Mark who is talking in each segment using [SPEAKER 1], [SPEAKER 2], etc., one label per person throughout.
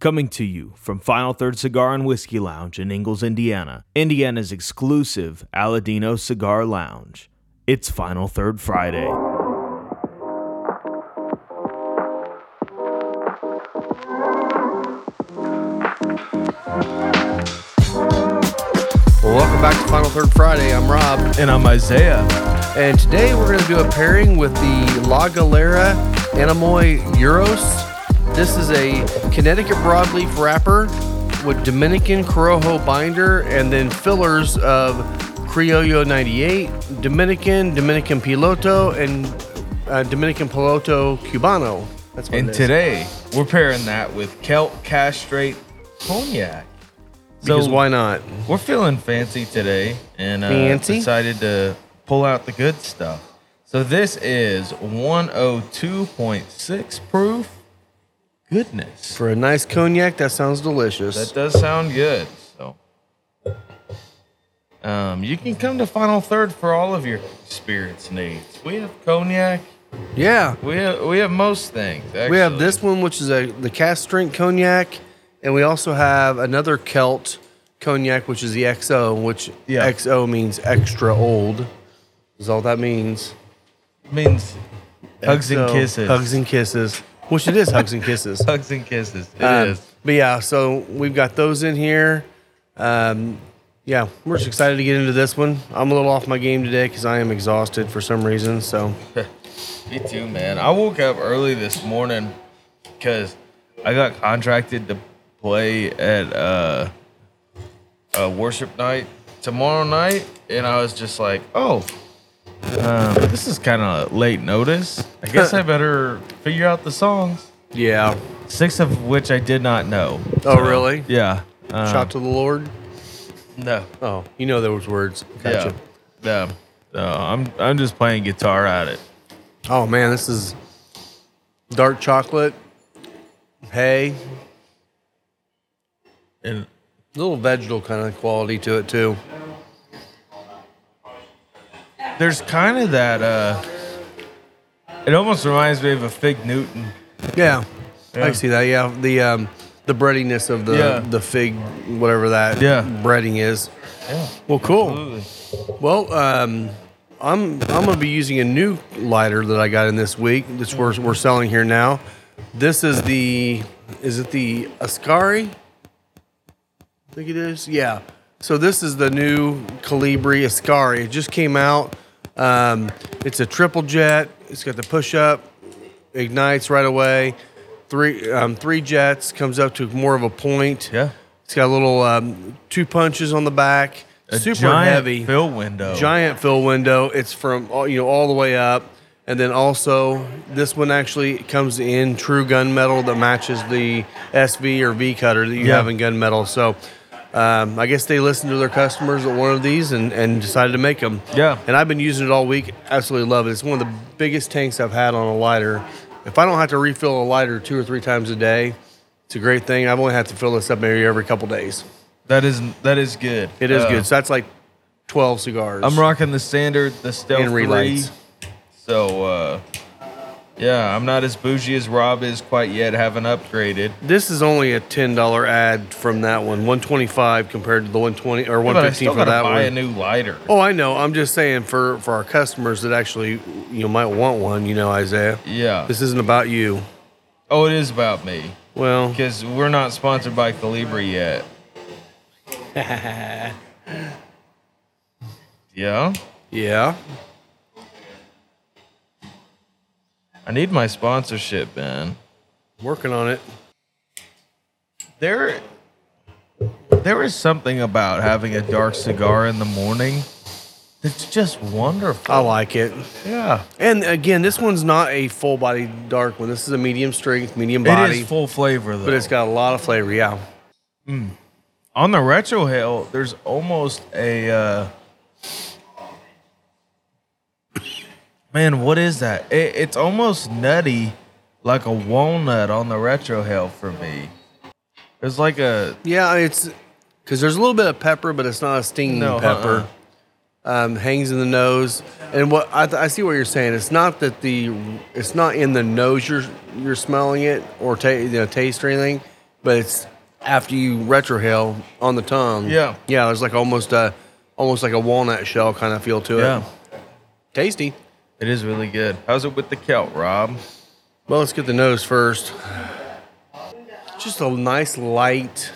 [SPEAKER 1] Coming to you from Final Third Cigar and Whiskey Lounge in Ingalls, Indiana, Indiana's exclusive Aladino Cigar Lounge. It's Final Third Friday.
[SPEAKER 2] Welcome back to Final Third Friday. I'm Rob,
[SPEAKER 1] And I'm Isaiah.
[SPEAKER 2] and today we're going to do a pairing with the La Galera Anamoy Euros. This is a Connecticut broadleaf wrapper with Dominican Corojo binder and then fillers of Criollo 98, Dominican, Dominican Piloto, and uh, Dominican Piloto Cubano. That's what
[SPEAKER 3] And
[SPEAKER 2] it is.
[SPEAKER 3] today we're pairing that with kelp castrate cognac.
[SPEAKER 2] Because why not?
[SPEAKER 3] We're feeling fancy today and uh,
[SPEAKER 2] Fancy?
[SPEAKER 3] decided to pull out the good stuff. So this is 102.6 proof. Goodness.
[SPEAKER 2] For a nice cognac, that sounds delicious.
[SPEAKER 3] That does sound good. So um, you can come to Final Third for all of your spirits needs. We have cognac.
[SPEAKER 2] yeah.
[SPEAKER 3] We have, we have most things. Actually.
[SPEAKER 2] We have this one, which is a the cast strength cognac, and we also have another Celt cognac, which is the XO, which
[SPEAKER 3] Yeah.
[SPEAKER 2] XO means extra old. Is all that means.
[SPEAKER 3] means hugs and
[SPEAKER 2] XO,
[SPEAKER 3] kisses.
[SPEAKER 2] Hugs and kisses. Which it is hugs and kisses.
[SPEAKER 3] hugs and kisses. It is.
[SPEAKER 2] Um, But yeah, so we've got those in here. Um, yeah, we're just excited to get into this one. I'm a little off my game today because I am exhausted for some reason. So
[SPEAKER 3] Me too, man. I woke up early this morning because I got contracted to play at uh, a worship night tomorrow night, and I was just like, oh. Um, this is kind of late notice. I guess I better figure out the songs.
[SPEAKER 2] yeah,
[SPEAKER 3] Six of which I did not know.
[SPEAKER 2] Oh, really?
[SPEAKER 3] Yeah. Um,
[SPEAKER 2] shout to the Lord.
[SPEAKER 3] No.
[SPEAKER 2] Oh, you know those words. Gotcha.
[SPEAKER 3] Yeah. No. No. I'm I'm just playing guitar at it.
[SPEAKER 2] Oh man, this is dark chocolate, hay,
[SPEAKER 3] And
[SPEAKER 2] little vegetal kind of quality to it too.
[SPEAKER 3] There's kind of that. uh It almost reminds me of a Fig Newton.
[SPEAKER 2] Yeah, I
[SPEAKER 3] Yeah.
[SPEAKER 2] can see that. Yeah, the um, the breadiness of the
[SPEAKER 3] Yeah.
[SPEAKER 2] the fig, whatever that
[SPEAKER 3] Yeah.
[SPEAKER 2] breading is.
[SPEAKER 3] Yeah.
[SPEAKER 2] Well, cool.
[SPEAKER 3] Absolutely.
[SPEAKER 2] Well, um, I'm I'm gonna be using a new lighter that I got in this week. That's we're we're selling here now. This is the is it the Ascari? I think it is. Yeah. So this is the new Calibri Ascari. It just came out. Um, it's a triple jet. It's got the push up, ignites right away. Three um, three jets comes up to more of a point.
[SPEAKER 3] Yeah.
[SPEAKER 2] It's got a little um, two punches on the back.
[SPEAKER 3] A
[SPEAKER 2] super
[SPEAKER 3] giant
[SPEAKER 2] heavy
[SPEAKER 3] fill window.
[SPEAKER 2] giant fill window. It's from all, you know all the way up, and then also this one actually comes in true gunmetal that matches the SV or V cutter that you
[SPEAKER 3] Yeah.
[SPEAKER 2] have in gunmetal. So. Um, I guess they listened to their customers at one of these and, and decided to make them.
[SPEAKER 3] Yeah.
[SPEAKER 2] And I've been using it all week. Absolutely love it. It's one of the biggest tanks I've had on a lighter. If I don't have to refill a lighter two or three times a day, it's a great thing. I've only had to fill this up maybe every couple days.
[SPEAKER 3] That is that is good.
[SPEAKER 2] It is
[SPEAKER 3] Uh,
[SPEAKER 2] good. So that's like 12 cigars.
[SPEAKER 3] I'm rocking the standard, the stealth
[SPEAKER 2] And relights.
[SPEAKER 3] three. So uh yeah, I'm not as bougie as Rob is quite yet. Haven't upgraded.
[SPEAKER 2] This is only a ten dollar ad from that one. One twenty five compared to the one twenty or one
[SPEAKER 3] But I
[SPEAKER 2] fifteen
[SPEAKER 3] still
[SPEAKER 2] for
[SPEAKER 3] gotta
[SPEAKER 2] that
[SPEAKER 3] buy a
[SPEAKER 2] one.
[SPEAKER 3] new lighter.
[SPEAKER 2] Oh, I know. I'm just saying for for our customers that actually you know, might want one. You know, Isaiah.
[SPEAKER 3] Yeah.
[SPEAKER 2] This isn't about you.
[SPEAKER 3] oh, it is about me
[SPEAKER 2] Well,
[SPEAKER 3] because we're not sponsored by Calibri yet. yeah.
[SPEAKER 2] yeah.
[SPEAKER 3] I need my sponsorship, man.
[SPEAKER 2] Working on it.
[SPEAKER 3] There, there is something about having a dark cigar in the morning that's just wonderful.
[SPEAKER 2] I like it.
[SPEAKER 3] Yeah,
[SPEAKER 2] And again, this one's not a full body dark one. This is a medium strength, medium body,
[SPEAKER 3] it is full flavor though.
[SPEAKER 2] but it's got a lot of flavor. Yeah.
[SPEAKER 3] on the retro hill. There's almost a uh, man. What is that? It, it's almost nutty, like a walnut on the retro hill for me. It's like a
[SPEAKER 2] Yeah, it's because there's a little bit of pepper, but it's not a stinging
[SPEAKER 3] No, uh-uh.
[SPEAKER 2] pepper. Um, hangs in the nose, and what I, th- I see what you're saying. It's not that the it's not in the nose you're you're smelling it or ta- you know, taste or anything. but it's after you retrohale on the tongue.
[SPEAKER 3] Yeah.
[SPEAKER 2] yeah. There's like almost a almost like a walnut shell kind of feel to it.
[SPEAKER 3] Yeah,
[SPEAKER 2] tasty.
[SPEAKER 3] it is really good. How's it with the kelp, Rob?
[SPEAKER 2] Well, let's get the nose first. Just a nice light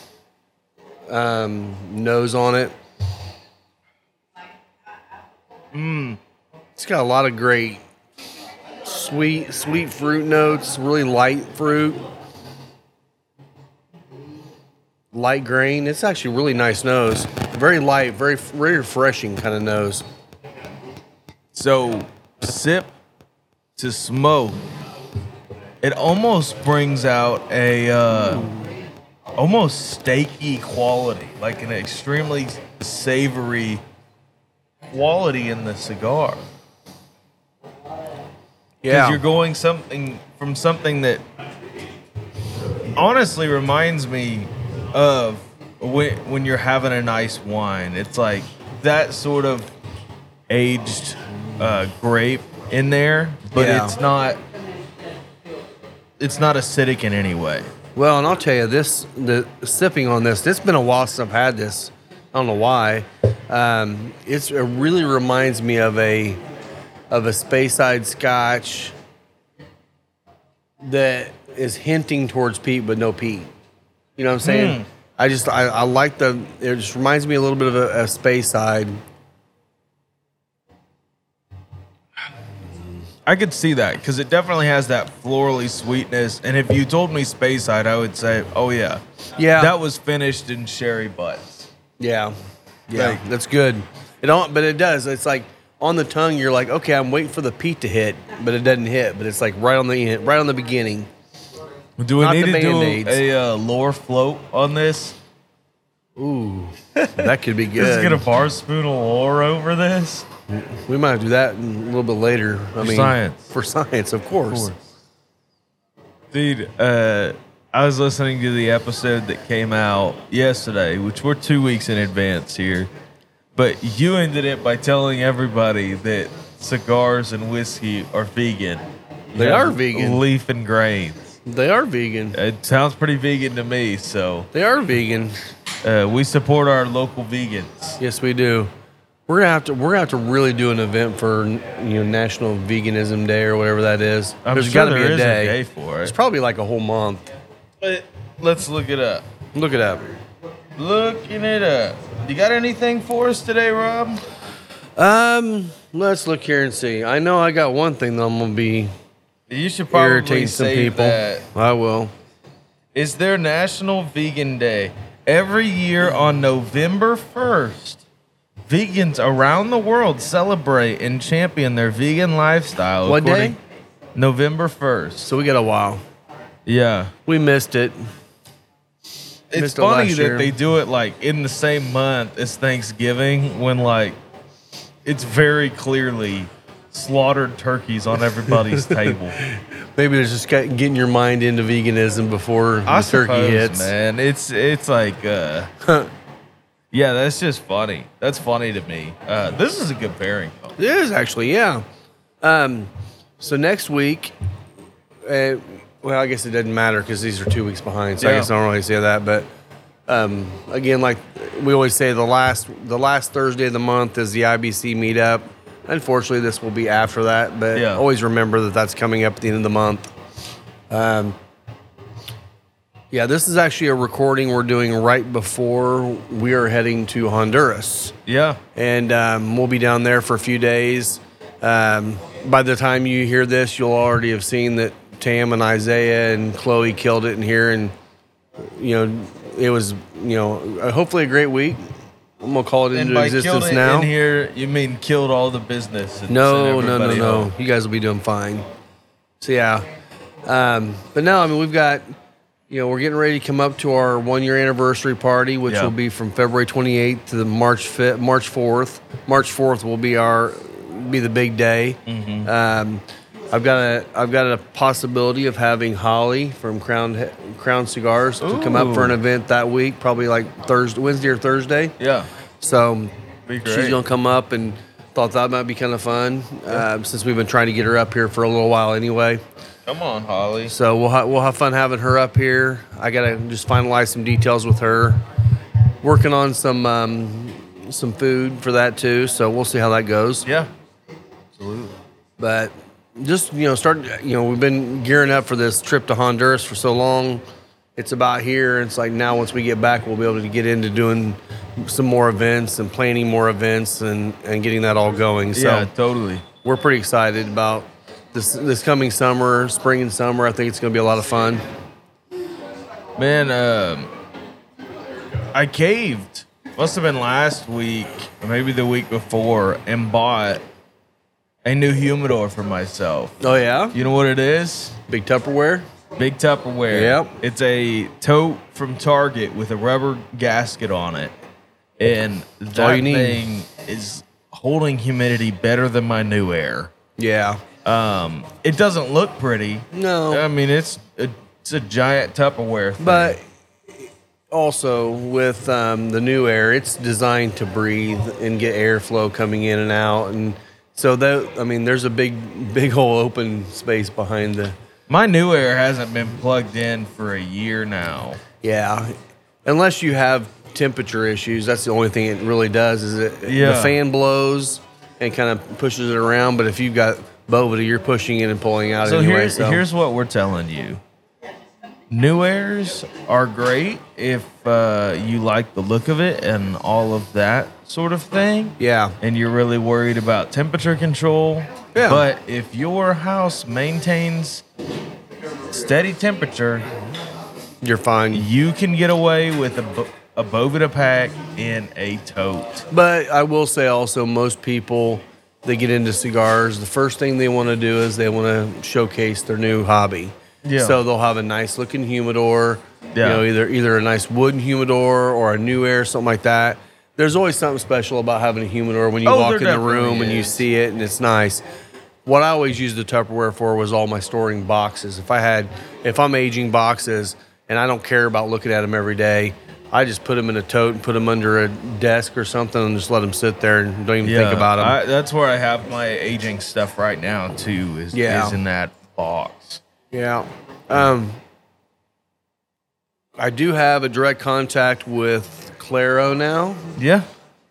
[SPEAKER 2] um, nose on it. Mm. Mm. It's got a lot of great sweet, sweet fruit notes, really light fruit, light grain. It's actually a really nice nose. Very light, very, very refreshing kind of nose.
[SPEAKER 3] So, sip to smoke. It almost brings out a uh, almost steaky quality, like an extremely savory quality in the cigar. Because
[SPEAKER 2] Yeah.
[SPEAKER 3] you're going something from something that honestly reminds me of when, when you're having a nice wine. It's like that sort of aged uh, grape in there, but
[SPEAKER 2] Yeah.
[SPEAKER 3] it's not. It's not acidic in any way.
[SPEAKER 2] Well, and I'll tell you this: the sipping on this. It's been a while since I've had this. I don't know why. Um, it's, it really reminds me of a of a Speyside Scotch that is hinting towards peat, but no peat. You know what I'm saying?
[SPEAKER 3] Hmm.
[SPEAKER 2] I just I, I like the. It just reminds me a little bit of a, a Speyside.
[SPEAKER 3] I could see that because it definitely has that florally sweetness. And if you told me Speyside, I would say, oh yeah,
[SPEAKER 2] Yeah,
[SPEAKER 3] that was finished in sherry butts.
[SPEAKER 2] Yeah, yeah,
[SPEAKER 3] Like-
[SPEAKER 2] that's good. It don't, but it does. It's like on the tongue. You're like, okay, I'm waiting for the peat to hit, but it doesn't hit. But it's like right on the e, right on the beginning.
[SPEAKER 3] Do we
[SPEAKER 2] Not
[SPEAKER 3] need
[SPEAKER 2] the
[SPEAKER 3] to do
[SPEAKER 2] Band-Aids.
[SPEAKER 3] a uh, lore float on this?
[SPEAKER 2] Ooh, that could be
[SPEAKER 3] Just
[SPEAKER 2] good.
[SPEAKER 3] get a bar spoon of lore over this.
[SPEAKER 2] we might do that in- a little bit later. I mean,
[SPEAKER 3] science.
[SPEAKER 2] For science, of course.
[SPEAKER 3] Dude, uh, I was listening to the episode that came out yesterday, which we're two weeks in advance here. But you ended it by telling everybody that cigars and whiskey are vegan.
[SPEAKER 2] They
[SPEAKER 3] Yeah,
[SPEAKER 2] are vegan.
[SPEAKER 3] Leaf and grains.
[SPEAKER 2] They are vegan.
[SPEAKER 3] It sounds pretty vegan to me. So
[SPEAKER 2] They are vegan.
[SPEAKER 3] uh, we support our local vegans.
[SPEAKER 2] Yes, we do. We're gonna have to. We're gonna have to really do an event for you know National Veganism Day or whatever that is.
[SPEAKER 3] I'm
[SPEAKER 2] There's
[SPEAKER 3] sure
[SPEAKER 2] gotta
[SPEAKER 3] there
[SPEAKER 2] be a
[SPEAKER 3] is
[SPEAKER 2] day.
[SPEAKER 3] a day for
[SPEAKER 2] It's
[SPEAKER 3] it.
[SPEAKER 2] probably like a whole month.
[SPEAKER 3] But let's look it up.
[SPEAKER 2] Look it up.
[SPEAKER 3] Looking it up. You got anything for us today, Rob?
[SPEAKER 2] Um, let's look here and see. I know I got one thing that I'm gonna be
[SPEAKER 3] You should probably
[SPEAKER 2] irritating some
[SPEAKER 3] save
[SPEAKER 2] people.
[SPEAKER 3] that.
[SPEAKER 2] I will.
[SPEAKER 3] Is their National Vegan Day every year on November 1st? Vegans around the world celebrate and champion their vegan lifestyle.
[SPEAKER 2] What
[SPEAKER 3] according-
[SPEAKER 2] day?
[SPEAKER 3] November 1st.
[SPEAKER 2] So we got a while.
[SPEAKER 3] Yeah.
[SPEAKER 2] We missed it.
[SPEAKER 3] It's
[SPEAKER 2] Missed it
[SPEAKER 3] funny
[SPEAKER 2] last
[SPEAKER 3] that
[SPEAKER 2] year.
[SPEAKER 3] they do it like in the same month as Thanksgiving when like it's very clearly slaughtered turkeys on everybody's table.
[SPEAKER 2] Maybe it's just get- getting your mind into veganism before
[SPEAKER 3] I
[SPEAKER 2] the turkey
[SPEAKER 3] suppose,
[SPEAKER 2] hits.
[SPEAKER 3] man. It's it's like uh Yeah, that's just funny. That's funny to me. Uh this is a good pairing. though.
[SPEAKER 2] It is actually, yeah. Um, so next week, uh, well, I guess it doesn't matter because these are two weeks behind. So I
[SPEAKER 3] Yeah.
[SPEAKER 2] guess I don't really say that. But um, again, like we always say, the last the last Thursday of the month is the IBC meetup. Unfortunately, this will be after that. But
[SPEAKER 3] Yeah.
[SPEAKER 2] always remember that that's coming up at the end of the month. Um, yeah, this is actually a recording we're doing right before we are heading to Honduras
[SPEAKER 3] Yeah.
[SPEAKER 2] and um, we'll be down there for a few days. Um, by the time you hear this, you'll already have seen that Tam and Isaiah and Chloe killed it in here, and you know it was you know hopefully a great week. I'm gonna call it
[SPEAKER 3] And
[SPEAKER 2] into
[SPEAKER 3] by killed
[SPEAKER 2] existence
[SPEAKER 3] it
[SPEAKER 2] now.
[SPEAKER 3] in here, you mean killed all the business. and
[SPEAKER 2] No, no,
[SPEAKER 3] sent
[SPEAKER 2] no,
[SPEAKER 3] everybody
[SPEAKER 2] no.
[SPEAKER 3] home.
[SPEAKER 2] You guys will be doing fine. So yeah, um, but no, I mean we've got, you know, we're getting ready to come up to our one year anniversary party, which
[SPEAKER 3] Yeah.
[SPEAKER 2] will be from February 28th to the March 5th, March 4th. March 4th will be our be the big day.
[SPEAKER 3] Mm-hmm.
[SPEAKER 2] Um, I've got a I've got a possibility of having Holly from Crown He- Crown Cigars to come up for an
[SPEAKER 3] Ooh.
[SPEAKER 2] event that week, probably like Thursday, Wednesday or Thursday.
[SPEAKER 3] Yeah.
[SPEAKER 2] So
[SPEAKER 3] Be
[SPEAKER 2] she's
[SPEAKER 3] great.
[SPEAKER 2] gonna come up um, and thought that might be kind of fun uh, since we've been trying to get her up here for a little while anyway.
[SPEAKER 3] Come on, Holly.
[SPEAKER 2] So we'll ha- we'll have fun having her up here. I gotta just finalize some details with her. Working on some um, some food for that too. So we'll see how that goes.
[SPEAKER 3] Yeah. Absolutely.
[SPEAKER 2] But just you know, start you know, we've been gearing up for this trip to Honduras for so long. It's about here. It's like now once we get back, we'll be able to get into doing some more events and planning more events and and getting that all going. So
[SPEAKER 3] yeah, totally.
[SPEAKER 2] we're pretty excited about this this coming summer, spring and summer. I think it's gonna be a lot of fun.
[SPEAKER 3] Man, um, I caved. Must have been last week, or maybe the week before, and bought a new humidor for myself.
[SPEAKER 2] Oh yeah,
[SPEAKER 3] You know what it is?
[SPEAKER 2] big Tupperware.
[SPEAKER 3] Big Tupperware.
[SPEAKER 2] Yep.
[SPEAKER 3] It's a tote from Target with a rubber gasket on it. And that
[SPEAKER 2] all you need.
[SPEAKER 3] thing is holding humidity better than my new air.
[SPEAKER 2] Yeah.
[SPEAKER 3] Um, it doesn't look pretty.
[SPEAKER 2] No.
[SPEAKER 3] I mean, it's a, it's a giant Tupperware thing.
[SPEAKER 2] But also with um, the new air, it's designed to breathe and get airflow coming in and out, and so that I mean, there's a big, big whole open space behind the.
[SPEAKER 3] My new air hasn't been plugged in for a year now.
[SPEAKER 2] Yeah, unless you have temperature issues, that's the only thing it really does is it the
[SPEAKER 3] Yeah.
[SPEAKER 2] fan blows and kind of pushes it around. But if you've got bovita, you're pushing in and pulling out
[SPEAKER 3] So
[SPEAKER 2] anyway.
[SPEAKER 3] here's
[SPEAKER 2] so
[SPEAKER 3] here's what we're telling you. New airs are great if uh, you like the look of it and all of that sort of thing,
[SPEAKER 2] yeah,
[SPEAKER 3] and you're really worried about temperature control.
[SPEAKER 2] Yeah.
[SPEAKER 3] But if your house maintains steady temperature,
[SPEAKER 2] you're fine.
[SPEAKER 3] you can get away with a, bo- a Bovita pack in a tote.
[SPEAKER 2] But I will say also, most people they get into cigars. The first thing they want to do is they want to showcase their new hobby.
[SPEAKER 3] Yeah.
[SPEAKER 2] So they'll have a nice looking humidor.
[SPEAKER 3] Yeah.
[SPEAKER 2] You know, either either a nice wooden humidor or a new air, something like that. There's always something special about having a humidor when you
[SPEAKER 3] Oh,
[SPEAKER 2] walk in
[SPEAKER 3] there
[SPEAKER 2] the room
[SPEAKER 3] definitely
[SPEAKER 2] and you
[SPEAKER 3] is.
[SPEAKER 2] see it and it's nice. What I always used the Tupperware for was all my storing boxes. If I had, if I'm aging boxes and I don't care about looking at them every day, I just put them in a tote and put them under a desk or something and just let them sit there and don't even think about them.
[SPEAKER 3] I, that's where I have my aging stuff right now too. Is
[SPEAKER 2] Yeah.
[SPEAKER 3] is in that box.
[SPEAKER 2] Yeah. Um, I do have a direct contact with Claro now.
[SPEAKER 3] Yeah.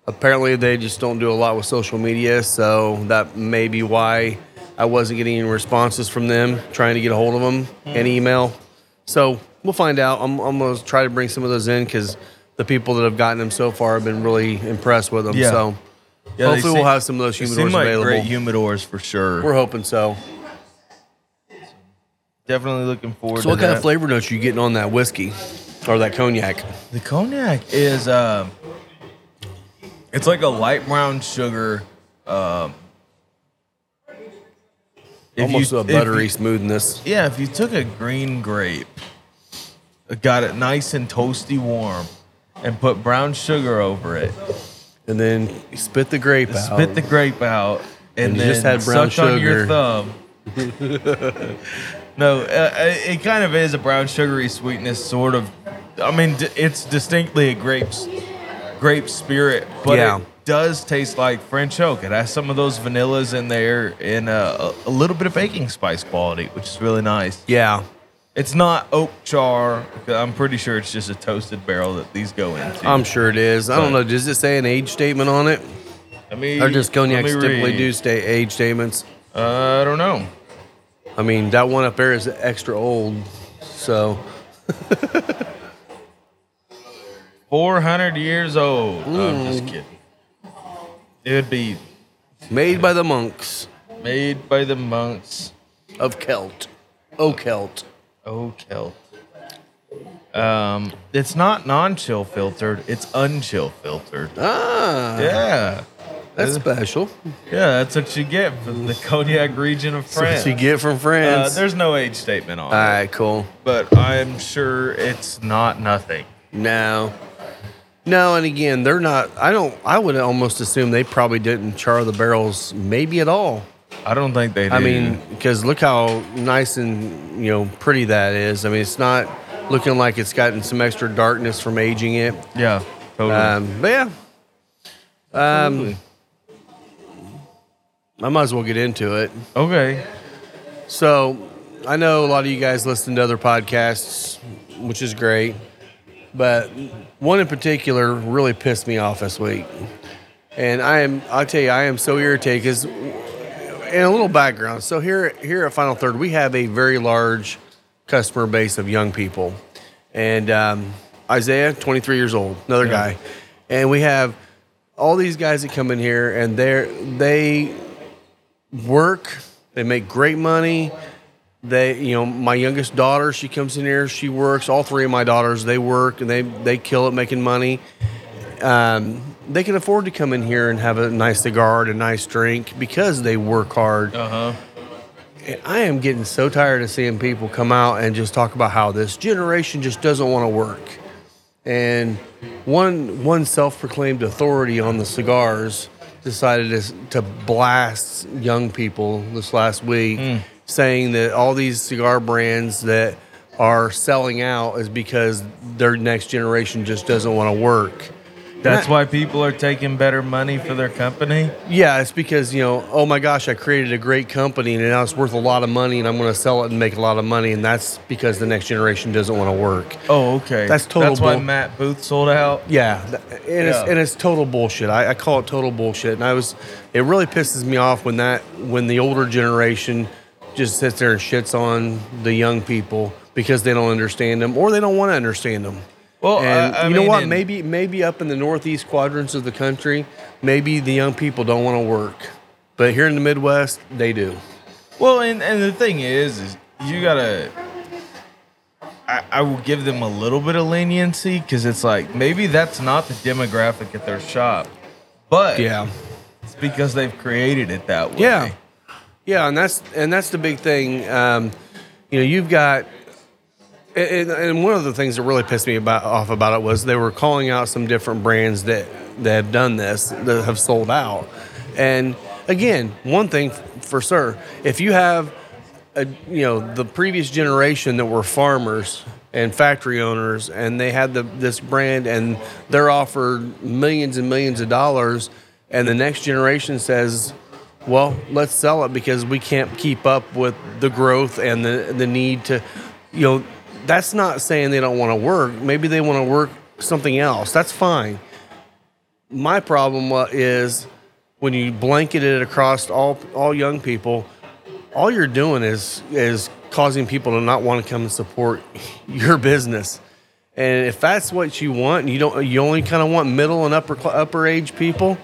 [SPEAKER 2] Apparently, they just don't do a lot with social media, so that may be why I wasn't getting any responses from them, trying to get a hold of them and email. So we'll find out. I'm, I'm going to try to bring some of those in because the people that have gotten them so far have been really impressed with them.
[SPEAKER 3] Yeah.
[SPEAKER 2] So
[SPEAKER 3] Yeah, they
[SPEAKER 2] hopefully,
[SPEAKER 3] seem-
[SPEAKER 2] we'll have some of those
[SPEAKER 3] they
[SPEAKER 2] humidors
[SPEAKER 3] seem like
[SPEAKER 2] available.
[SPEAKER 3] great humidors for sure.
[SPEAKER 2] We're hoping so.
[SPEAKER 3] definitely looking forward.
[SPEAKER 2] So, what
[SPEAKER 3] to
[SPEAKER 2] kind
[SPEAKER 3] that.
[SPEAKER 2] of flavor notes are you getting on that whiskey or that cognac?
[SPEAKER 3] The cognac is um, it's like a light brown sugar. Um, if you-
[SPEAKER 2] Almost a
[SPEAKER 3] if you-
[SPEAKER 2] buttery smoothness.
[SPEAKER 3] yeah, if you took a green grape, got it nice and toasty warm, and put brown sugar over it,
[SPEAKER 2] And then you spit the grape out.
[SPEAKER 3] spit the grape out, and,
[SPEAKER 2] Oh. And you
[SPEAKER 3] then
[SPEAKER 2] just had brown
[SPEAKER 3] sucked on your
[SPEAKER 2] sugar.
[SPEAKER 3] thumb. no, uh, it it kind of is a brown sugary sweetness, sort of. I mean, d- it's distinctly a grapes grape spirit, but
[SPEAKER 2] Yeah.
[SPEAKER 3] it does taste like French oak. It has some of those vanillas in there, and uh, a, a little bit of baking spice quality, which is really nice.
[SPEAKER 2] yeah.
[SPEAKER 3] It's not oak char. 'cause I'm pretty sure it's just a toasted barrel that these go into.
[SPEAKER 2] I'm sure it is. I don't know. Does it say an age statement on it?
[SPEAKER 3] I mean,
[SPEAKER 2] Or just cognacs typically do stay age statements?
[SPEAKER 3] Uh, I don't know.
[SPEAKER 2] I mean, that one up there is extra old. So,
[SPEAKER 3] 400 years old. No, I'm
[SPEAKER 2] Mm.
[SPEAKER 3] just kidding. It would be
[SPEAKER 2] made by the monks
[SPEAKER 3] made by the monks.
[SPEAKER 2] of Celt. Oh, Celt.
[SPEAKER 3] Oh, Celt. Um, it's not non-chill filtered. It's unchill filtered.
[SPEAKER 2] Ah,
[SPEAKER 3] Yeah,
[SPEAKER 2] that's special.
[SPEAKER 3] yeah. That's what you get from the Kodiak region of France.
[SPEAKER 2] That's what you get Uh, from
[SPEAKER 3] Uh,
[SPEAKER 2] friends.
[SPEAKER 3] there's no age statement on
[SPEAKER 2] All
[SPEAKER 3] it,
[SPEAKER 2] right, cool.
[SPEAKER 3] but I'm sure it's not nothing.
[SPEAKER 2] No. No, and again, they're not. I don't. I would almost assume they probably didn't char the barrels, maybe at all.
[SPEAKER 3] I don't think they. Do.
[SPEAKER 2] I mean, because look how nice and you know pretty that is. I mean, it's not looking like it's gotten some extra darkness from aging it.
[SPEAKER 3] yeah, totally.
[SPEAKER 2] Um, but yeah, um,
[SPEAKER 3] Absolutely.
[SPEAKER 2] I might as well get into it.
[SPEAKER 3] okay.
[SPEAKER 2] So I know a lot of you guys listen to other podcasts, which is great, but one in particular really pissed me off this week. And I am, I'll tell you, I am so irritated because, and a little background. So here, here at Final Third, we have a very large customer base of young people, and um, Isaiah, 23 years old, another guy, and we have all these guys that come in here, and they're they work, they make great money. They, you know, my youngest daughter, she comes in here, she works. All three of my daughters, they work and they they kill it making money um, they can afford to come in here and have a nice cigar and a nice drink because they work hard.
[SPEAKER 3] Uh huh.
[SPEAKER 2] And I am getting so tired of seeing people come out and just talk about how this generation just doesn't want to work. And one one self-proclaimed authority on the cigars decided to, s- to blast young people this last week, saying that all these cigar brands that are selling out is because their next generation just doesn't want to work. And
[SPEAKER 3] That's
[SPEAKER 2] I-
[SPEAKER 3] why people are taking better money for their company.
[SPEAKER 2] yeah, it's because you know, oh my gosh, I created a great company and now it's worth a lot of money, and I'm going to sell it and make a lot of money, and that's because the next generation doesn't want to work.
[SPEAKER 3] Oh, okay.
[SPEAKER 2] That's total
[SPEAKER 3] That's why
[SPEAKER 2] bull-
[SPEAKER 3] Matt Booth sold out.
[SPEAKER 2] Yeah, th- and it's
[SPEAKER 3] Yeah.
[SPEAKER 2] and it's total bullshit. I, I call it total bullshit, and I was, it really pisses me off when that when the older generation just sits there and shits on the young people because they don't understand them or they don't want to understand them.
[SPEAKER 3] Well, I-
[SPEAKER 2] and
[SPEAKER 3] I
[SPEAKER 2] you know
[SPEAKER 3] mean,
[SPEAKER 2] what?
[SPEAKER 3] and-
[SPEAKER 2] Maybe maybe up in the northeast quadrants of the country, maybe the young people don't want to work, but here in the Midwest, they do.
[SPEAKER 3] Well, and, and the thing is, is you gotta. I, I will give them a little bit of leniency because it's like maybe that's not the demographic at their shop, but
[SPEAKER 2] Yeah.
[SPEAKER 3] it's because they've created it that way.
[SPEAKER 2] Yeah, yeah, and that's and that's the big thing. Um, you know, you've got, and, and- and one of the things that really pissed me about off about it was they were calling out some different brands that that have done this that have sold out. And again, one thing f- for sure, if you have a, you know the previous generation that were farmers and factory owners and they had the, this brand and they're offered millions and millions of dollars and the next generation says well let's sell it because we can't keep up with the growth and the, the need to you know that's not saying they don't want to work maybe they want to work something else that's fine my problem wa- is when you blanket it across all all young people all you're doing is is causing people to not want to come and support your business. And if that's what you want, and you don't you only kind of want middle and upper cla- upper age people,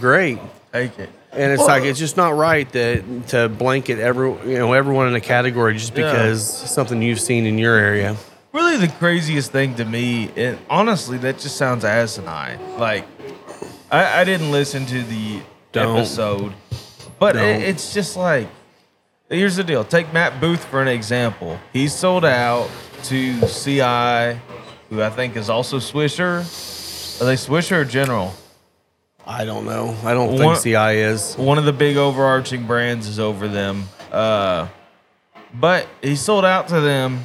[SPEAKER 2] great.
[SPEAKER 3] take it.
[SPEAKER 2] And it's
[SPEAKER 3] Well-
[SPEAKER 2] like it's just not right that to blanket every you know everyone in a category just
[SPEAKER 3] Yeah.
[SPEAKER 2] because something you've seen in your area.
[SPEAKER 3] Really, the craziest thing to me, and honestly, that just sounds asinine. Like, I, I didn't listen to the
[SPEAKER 2] Don't.
[SPEAKER 3] episode, but
[SPEAKER 2] Don't.
[SPEAKER 3] it, it's just like, here's the deal. Take Matt Booth for an example. He sold out to CI, who I think is also Swisher. Are they Swisher or General?
[SPEAKER 2] I don't know. I don't
[SPEAKER 3] One-
[SPEAKER 2] think CI is.
[SPEAKER 3] one of the big overarching brands is over them. Uh, but he sold out to them,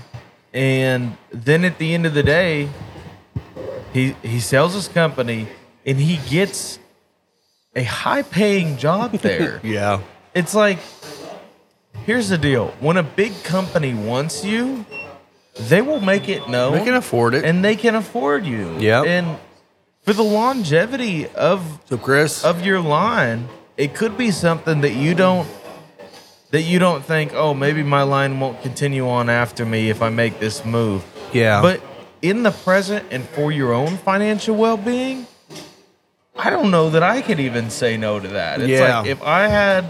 [SPEAKER 3] and then at the end of the day, he he sells his company and he gets a high paying job there.
[SPEAKER 2] Yeah.
[SPEAKER 3] it's like here's the deal: when a big company wants you, they will make it known
[SPEAKER 2] They can afford it.
[SPEAKER 3] and they can afford you.
[SPEAKER 2] Yep.
[SPEAKER 3] and for the longevity of
[SPEAKER 2] so Chris,
[SPEAKER 3] of your line, it could be something that you don't that you don't think, oh, maybe my line won't continue on after me if I make this move.
[SPEAKER 2] yeah.
[SPEAKER 3] But in the present and for your own financial well-being, I don't know that I could even say no to that. It's
[SPEAKER 2] Yeah.
[SPEAKER 3] like if I had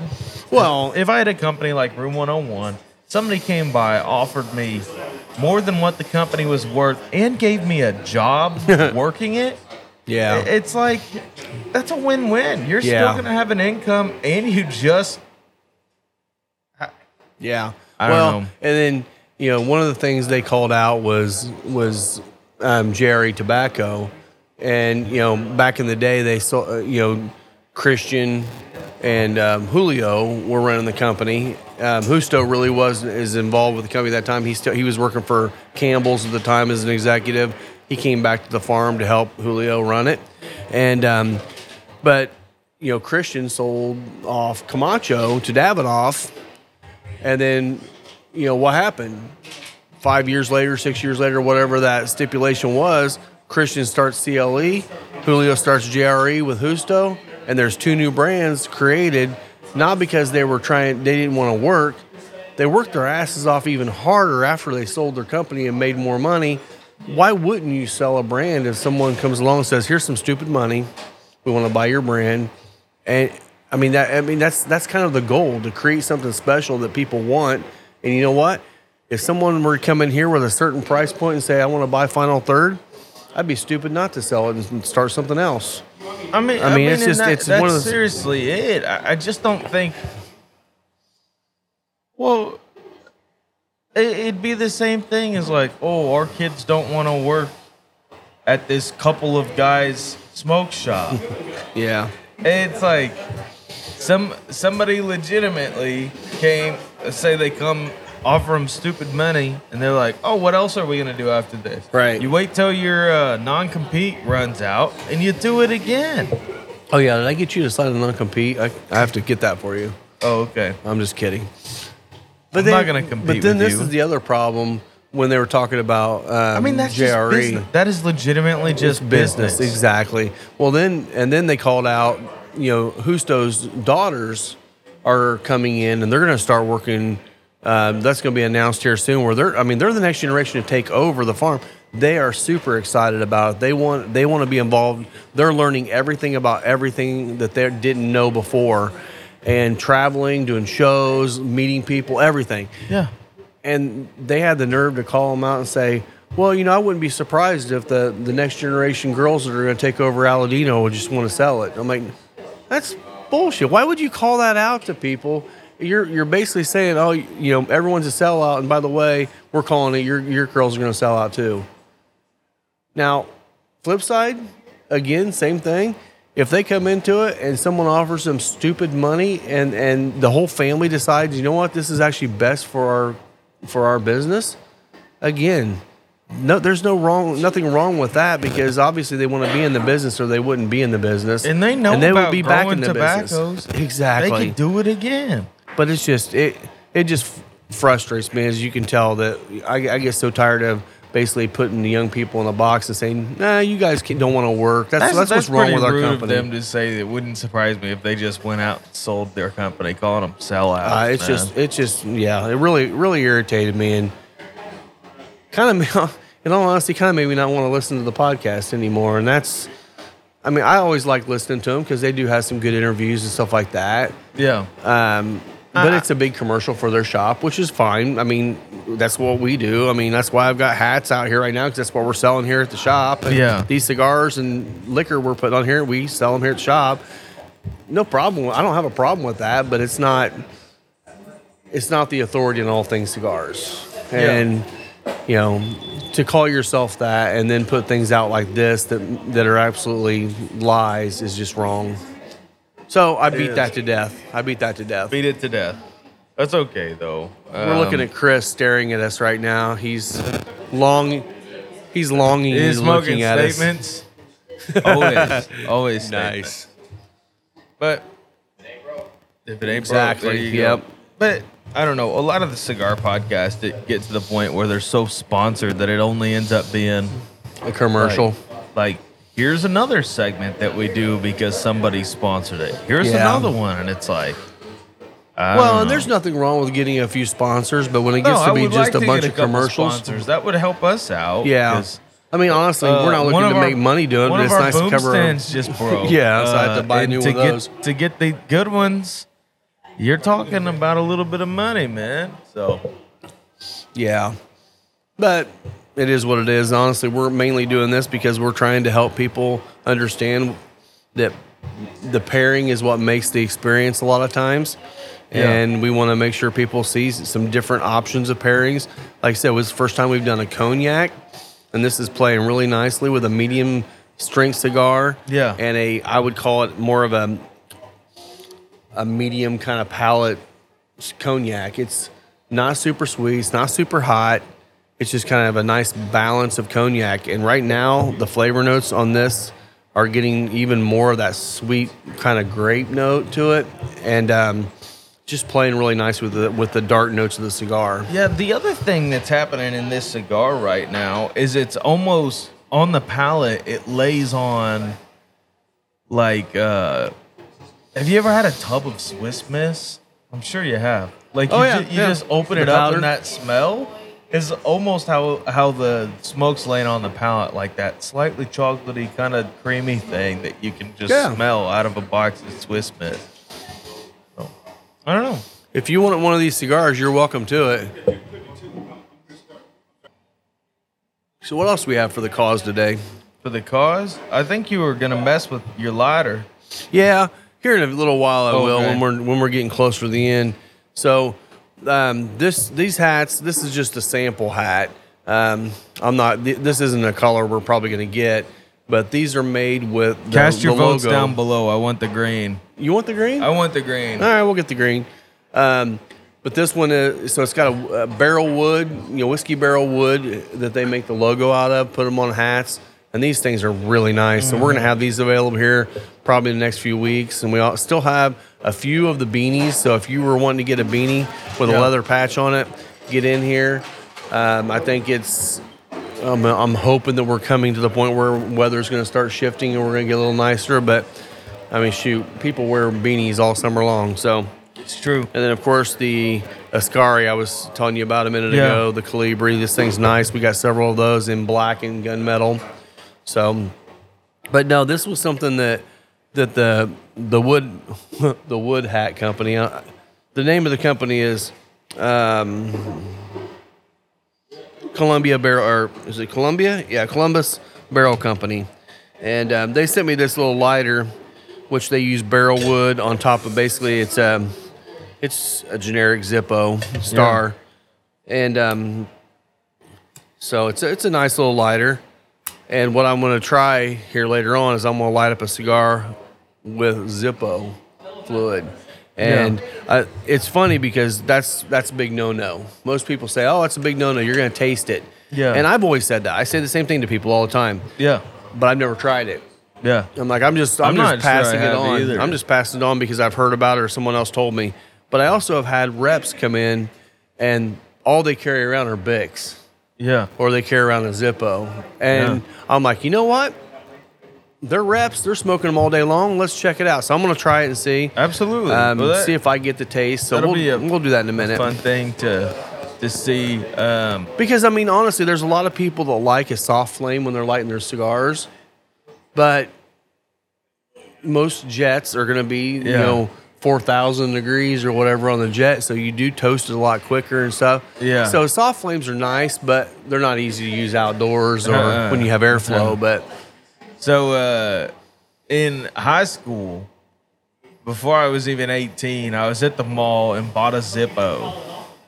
[SPEAKER 2] well,
[SPEAKER 3] if I had a company like Room 101, somebody came by, offered me more than what the company was worth and gave me a job working it,
[SPEAKER 2] yeah.
[SPEAKER 3] it- It's like that's a win-win. You're
[SPEAKER 2] Yeah.
[SPEAKER 3] still gonna have an income, and you just
[SPEAKER 2] Yeah.
[SPEAKER 3] I don't
[SPEAKER 2] well,
[SPEAKER 3] know.
[SPEAKER 2] and then you know one of the things they called out was was um, Jerry Tobacco, and you know back in the day they saw uh, you know Christian and um, Julio were running the company. Um, Justo really was is involved with the company at that time. He still he was working for Campbell's at the time as an executive. He came back to the farm to help Julio run it, and um, but you know Christian sold off Camacho to Davidoff, and then you know what happened five years later, six years later, whatever that stipulation was, Christian starts CLE, E, Julio starts JRE with Justo, and there's two new brands created, not because they were trying, they didn't want to work. They worked their asses off even harder after they sold their company and made more money. Why wouldn't you sell a brand if someone comes along and says, "Here's some stupid money, we want to buy your brand," and I mean that I mean that's that's kind of the goal to create something special that people want. And you know what? If someone were to come in here with a certain price point and say, "I want to buy Final Third, I'd be stupid not to sell it and start something else.
[SPEAKER 3] I mean,
[SPEAKER 2] I mean,
[SPEAKER 3] I mean,
[SPEAKER 2] it's
[SPEAKER 3] and
[SPEAKER 2] just-
[SPEAKER 3] that-
[SPEAKER 2] it's
[SPEAKER 3] that's
[SPEAKER 2] one of those-
[SPEAKER 3] seriously it. I, I just don't think. Well, it, it'd be the same thing as like, oh, our kids don't want to work at this couple of guys' smoke shop.
[SPEAKER 2] Yeah.
[SPEAKER 3] it's like some somebody legitimately came say they come offer them stupid money and they're like oh what else are we gonna do after this
[SPEAKER 2] Right.
[SPEAKER 3] you wait till your uh, non-compete runs out and you do it again
[SPEAKER 2] Oh yeah. Did I get you to sign a non-compete? I, I have to get that for you.
[SPEAKER 3] oh okay
[SPEAKER 2] I'm just kidding. But
[SPEAKER 3] I'm not gonna compete
[SPEAKER 2] But then
[SPEAKER 3] with
[SPEAKER 2] this
[SPEAKER 3] you.
[SPEAKER 2] is the other problem when they were talking about. Um, E.
[SPEAKER 3] i mean that's
[SPEAKER 2] JRE.
[SPEAKER 3] just business. that is legitimately just business,
[SPEAKER 2] Exactly. Well, then, and then they called out, you know, Husto's daughters are coming in and they're going to start working. Um, that's going to be announced here soon. Where they're, I mean, they're the next generation to take over the farm. They are super excited about it. They want, they want to be involved. They're learning everything about everything that they didn't know before, and traveling, doing shows, meeting people, everything
[SPEAKER 3] yeah
[SPEAKER 2] and they had the nerve to call them out and say, "Well, you know, I wouldn't be surprised if the the next generation girls that are going to take over Aladino would just want to sell it." I'm like, "That's bullshit. Why would you call that out to people? You're you're basically saying, "Oh, you know, everyone's a sellout." And by the way, we're calling it your your girls are going to sell out too. Now, flip side, again, same thing. If they come into it and someone offers them stupid money and and the whole family decides, you know what, this is actually best for our for our business, again, no there's no wrong nothing wrong with that because obviously they want to be in the business or they wouldn't be in the business.
[SPEAKER 3] And they know
[SPEAKER 2] and they
[SPEAKER 3] about
[SPEAKER 2] would be back
[SPEAKER 3] growing
[SPEAKER 2] in the
[SPEAKER 3] tobaccos.
[SPEAKER 2] business. Exactly
[SPEAKER 3] they could do it again
[SPEAKER 2] but it's just it it just frustrates me as you can tell that I, I get so tired of basically putting the young people in a box and saying nah you guys can, don't want to work that's, that's, what's wrong
[SPEAKER 3] pretty
[SPEAKER 2] with our
[SPEAKER 3] rude of
[SPEAKER 2] company
[SPEAKER 3] them to say it wouldn't surprise me if they just went out and sold their company calling them sellouts
[SPEAKER 2] uh, it's
[SPEAKER 3] man.
[SPEAKER 2] just it's just yeah it really really irritated me and kind of in all honesty kind of made me not want to listen to the podcast anymore and that's i mean i always like listening to them because they do have some good interviews and stuff like that
[SPEAKER 3] yeah
[SPEAKER 2] Um,
[SPEAKER 3] Uh,
[SPEAKER 2] but it's a big commercial for their shop, which is fine. I mean, that's what we do. I mean, that's why I've got hats out here right now because that's what we're selling here at the shop. And
[SPEAKER 3] Yeah.
[SPEAKER 2] These cigars and liquor we're putting on here, we sell them here at the shop. No problem. I don't have a problem with that, but it's not. It's not the authority in all things cigars,
[SPEAKER 3] Yeah.
[SPEAKER 2] and you know, to call yourself that and then put things out like this that that are absolutely lies is just wrong. So I beat
[SPEAKER 3] is.
[SPEAKER 2] that to death. I beat that to death.
[SPEAKER 3] beat it to death. That's okay though. Um,
[SPEAKER 2] We're looking at Chris staring at us right now. He's long. He's longing.
[SPEAKER 3] his
[SPEAKER 2] He's
[SPEAKER 3] smoking
[SPEAKER 2] looking at us.
[SPEAKER 3] statements. always, always
[SPEAKER 2] Nice.
[SPEAKER 3] statements. But if it ain't broke, there
[SPEAKER 2] Exactly,
[SPEAKER 3] you go.
[SPEAKER 2] yep.
[SPEAKER 3] But I don't know. A lot of the cigar podcasts it get to the point where they're so sponsored that it only ends up being
[SPEAKER 2] A commercial.
[SPEAKER 3] Like, like, here's another segment that we do because somebody sponsored it. Here's
[SPEAKER 2] Yeah.
[SPEAKER 3] another one, and it's like. I
[SPEAKER 2] well,
[SPEAKER 3] don't
[SPEAKER 2] and
[SPEAKER 3] know.
[SPEAKER 2] there's nothing wrong with getting a few sponsors, but when it gets
[SPEAKER 3] Um, No, I
[SPEAKER 2] to be
[SPEAKER 3] would
[SPEAKER 2] just
[SPEAKER 3] like
[SPEAKER 2] a
[SPEAKER 3] to
[SPEAKER 2] bunch
[SPEAKER 3] get
[SPEAKER 2] of
[SPEAKER 3] couple
[SPEAKER 2] commercials,
[SPEAKER 3] sponsors. That would help us out.
[SPEAKER 2] yeah.
[SPEAKER 3] 'cause
[SPEAKER 2] I mean, honestly, we're not
[SPEAKER 3] Uh,
[SPEAKER 2] looking
[SPEAKER 3] one
[SPEAKER 2] to
[SPEAKER 3] of our-
[SPEAKER 2] make money doing it.
[SPEAKER 3] One
[SPEAKER 2] but
[SPEAKER 3] of
[SPEAKER 2] It's
[SPEAKER 3] our
[SPEAKER 2] nice to
[SPEAKER 3] boom
[SPEAKER 2] cover. our-
[SPEAKER 3] stands just broke. Uh,
[SPEAKER 2] Yeah, so I had to buy
[SPEAKER 3] and
[SPEAKER 2] new
[SPEAKER 3] to
[SPEAKER 2] one of
[SPEAKER 3] get,
[SPEAKER 2] those.
[SPEAKER 3] To get the good ones, you're talking about a little bit of money, man. So
[SPEAKER 2] Yeah. But it is what it is. Honestly, we're mainly doing this because we're trying to help people understand that the pairing is what makes the experience a lot of times.
[SPEAKER 3] Yeah.
[SPEAKER 2] And we want to make sure people see s- some different options of pairings. Like I said, it was the first time we've done a cognac, and this is playing really nicely with a medium strength cigar.
[SPEAKER 3] Yeah.
[SPEAKER 2] And a, I would call it more of a, a medium kind of palate cognac. It's not super sweet. It's not super hot. It's just kind of a nice balance of cognac. And right now, the flavor notes on this are getting even more of that sweet kind of grape note to it. And um, just playing really nice with the with the dark notes of the cigar.
[SPEAKER 3] Yeah, the other thing that's happening in this cigar right now is it's almost on the palate, it lays on like uh have you ever had a tub of Swiss miss? I'm sure you have. Like
[SPEAKER 2] Oh,
[SPEAKER 3] you,
[SPEAKER 2] yeah,
[SPEAKER 3] ju- you
[SPEAKER 2] yeah.
[SPEAKER 3] just open
[SPEAKER 2] The
[SPEAKER 3] it up
[SPEAKER 2] powder.
[SPEAKER 3] and that smell is almost how how the smoke's laying on the palate, like that slightly chocolatey kind of creamy thing that you can just
[SPEAKER 2] Yeah.
[SPEAKER 3] smell out of a box of Swiss miss. So, I don't know.
[SPEAKER 2] If you want one of these cigars, you're welcome to it. So what else we have for the cause today?
[SPEAKER 3] For the cause, I think you were gonna mess with your lighter.
[SPEAKER 2] Yeah, here in a little while I
[SPEAKER 3] Oh,
[SPEAKER 2] will
[SPEAKER 3] okay.
[SPEAKER 2] when we're when we're getting closer to the end. So um, this these hats, this is just a sample hat. Um, I'm not. th- This isn't a color we're probably going to get, but these are made with the,
[SPEAKER 3] Cast your
[SPEAKER 2] the
[SPEAKER 3] votes
[SPEAKER 2] logo.
[SPEAKER 3] down below. I want the green.
[SPEAKER 2] You want the green?
[SPEAKER 3] I want the green.
[SPEAKER 2] All right, we'll get the green. Um, but this one, is, so it's got a, a barrel wood, you know, whiskey barrel wood that they make the logo out of. Put them on hats, and these things are really nice. So we're
[SPEAKER 3] Mm-hmm.
[SPEAKER 2] gonna have these available here probably in the next few weeks, and we all, still have a few of the beanies. So if you were wanting to get a beanie with a
[SPEAKER 3] Yeah.
[SPEAKER 2] leather patch on it, get in here. Um, I think it's. I'm, I'm hoping that we're coming to the point where weather's going to start shifting and we're going to get a little nicer. But I mean, shoot, people wear beanies all summer long. So
[SPEAKER 3] It's true.
[SPEAKER 2] and then, of course, the Ascari I was telling you about a minute
[SPEAKER 3] Yeah.
[SPEAKER 2] ago, the Calibri. This thing's nice. We got several of those in black and gunmetal. So, but no, this was something that that the the wood the wood hat company. Uh, the name of the company is um, Columbia Barrel, or is it Columbia? Yeah, Columbus Barrel Company. And um, they sent me this little lighter, which they use barrel wood on top of basically it's um, it's a generic Zippo star, and um, so it's a, it's a nice little lighter. And what I'm going to try here later on is I'm going to light up a cigar with Zippo fluid. And uh, it's funny because that's that's a big no-no. Most people say, "Oh, that's a big no-no. You're going to taste it."
[SPEAKER 3] Yeah.
[SPEAKER 2] And I've always said that. I say the same thing to people all the time,
[SPEAKER 3] Yeah.
[SPEAKER 2] but I've never tried it.
[SPEAKER 3] Yeah.
[SPEAKER 2] I'm like, I'm just, I'm,
[SPEAKER 3] I'm
[SPEAKER 2] just
[SPEAKER 3] not sure I
[SPEAKER 2] passing it
[SPEAKER 3] have
[SPEAKER 2] on.
[SPEAKER 3] either.
[SPEAKER 2] I'm just passing it on because I've heard about it or someone else told me. But I also have had reps come in, and all they carry around are Bics
[SPEAKER 3] Yeah.
[SPEAKER 2] or they carry around a Zippo, and I'm like, you know what? They're reps. They're smoking them all day long. Let's check it out. So I'm gonna try it and see,
[SPEAKER 3] Absolutely.
[SPEAKER 2] um,
[SPEAKER 3] Well, that-
[SPEAKER 2] see if I get the taste. So
[SPEAKER 3] that'll
[SPEAKER 2] we'll
[SPEAKER 3] be a
[SPEAKER 2] we'll do that in a minute.
[SPEAKER 3] fun thing to to see. Um,
[SPEAKER 2] Because I mean, honestly, there's a lot of people that like a soft flame when they're lighting their cigars, but most jets are going to be you
[SPEAKER 3] Yeah.
[SPEAKER 2] know four thousand degrees or whatever on the jet, so you do toast it a lot quicker and stuff.
[SPEAKER 3] Yeah.
[SPEAKER 2] So soft flames are nice, but they're not easy to use outdoors or
[SPEAKER 3] Uh-uh.
[SPEAKER 2] when you have airflow. But
[SPEAKER 3] So uh, in high school, before I was even 18, I was at the mall and bought a Zippo.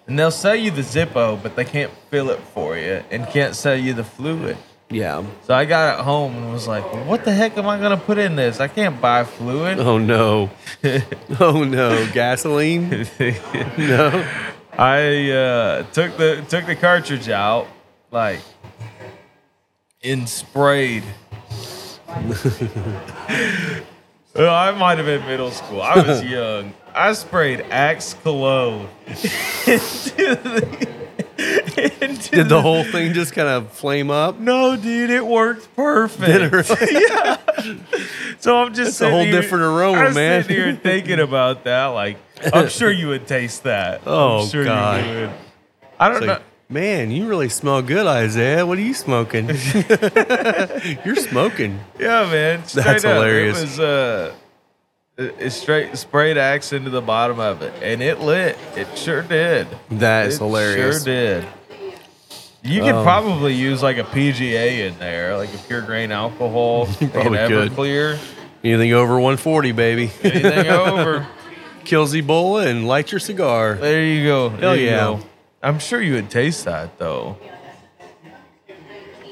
[SPEAKER 3] And they'll sell you the Zippo, but they can't fill it for you and can't sell you the fluid.
[SPEAKER 2] yeah.
[SPEAKER 3] So I got it home and was like, "Well, what the heck am I going to put in this? I can't buy fluid.
[SPEAKER 2] Oh no. oh no. Gasoline. no.
[SPEAKER 3] I uh, took the took the cartridge out, like, and sprayed. Well, Oh, I might have been middle school. I was young. I sprayed Axe cologne into the, into
[SPEAKER 2] Did the whole thing just kind of flame up?
[SPEAKER 3] No, dude, it worked perfect. yeah. So I'm just
[SPEAKER 2] That's a whole
[SPEAKER 3] sitting here-
[SPEAKER 2] different aroma,
[SPEAKER 3] I'm
[SPEAKER 2] man.
[SPEAKER 3] Sitting here thinking about that, like I'm sure you would taste that.
[SPEAKER 2] Oh,
[SPEAKER 3] I'm sure
[SPEAKER 2] God.
[SPEAKER 3] you would. I don't
[SPEAKER 2] It's
[SPEAKER 3] know.
[SPEAKER 2] like, man, you really smell good, Isaiah. What are you smoking? You're smoking.
[SPEAKER 3] Yeah, man. Straight
[SPEAKER 2] That's
[SPEAKER 3] up,
[SPEAKER 2] hilarious.
[SPEAKER 3] It was uh, it it straight sprayed axe into the bottom of it, and it lit. It sure did.
[SPEAKER 2] That is
[SPEAKER 3] It
[SPEAKER 2] hilarious.
[SPEAKER 3] Sure did. You could
[SPEAKER 2] Um,
[SPEAKER 3] probably use like a PGA in there, like a pure grain alcohol,
[SPEAKER 2] probably
[SPEAKER 3] and
[SPEAKER 2] could.
[SPEAKER 3] Everclear,
[SPEAKER 2] Anything over 140, baby.
[SPEAKER 3] anything over.
[SPEAKER 2] Kills Ebola and light your cigar.
[SPEAKER 3] There you go. There you
[SPEAKER 2] yeah.
[SPEAKER 3] go. I'm sure you would taste that though.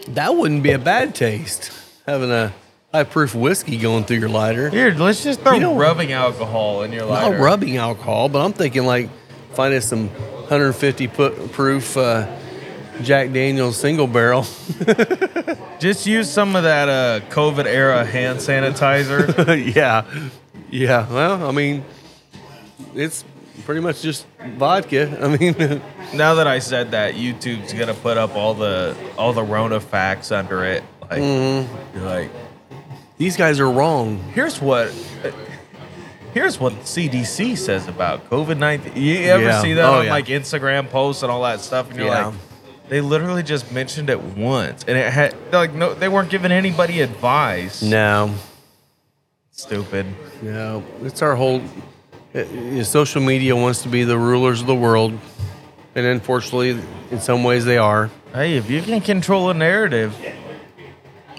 [SPEAKER 2] That wouldn't be a bad taste. Having a high proof whiskey going through your lighter.
[SPEAKER 3] Here, let's just throw
[SPEAKER 2] You know-
[SPEAKER 3] rubbing alcohol in your lighter.
[SPEAKER 2] Not rubbing alcohol, but I'm thinking like finding some 150 put proof uh, Jack Daniels single barrel.
[SPEAKER 3] Just use some of that uh, COVID era hand sanitizer.
[SPEAKER 2] yeah, yeah. Well, I mean, it's pretty much just vodka. I mean,
[SPEAKER 3] Now that I said that, YouTube's gonna put up all the all the Rona facts under it. Like,
[SPEAKER 2] Mm-hmm.
[SPEAKER 3] you're like
[SPEAKER 2] these guys are wrong.
[SPEAKER 3] here's what here's what CDC says about COVID nineteen. You ever
[SPEAKER 2] Yeah.
[SPEAKER 3] see that
[SPEAKER 2] Oh,
[SPEAKER 3] on
[SPEAKER 2] yeah.
[SPEAKER 3] like Instagram posts and all that stuff? And you're
[SPEAKER 2] Yeah.
[SPEAKER 3] like, they literally just mentioned it once, and it had like no, they weren't giving anybody advice.
[SPEAKER 2] No,
[SPEAKER 3] Stupid.
[SPEAKER 2] no, it's our whole. uh, uh, social media wants to be the rulers of the world, and unfortunately, in some ways, they are.
[SPEAKER 3] Hey, if you can control a narrative,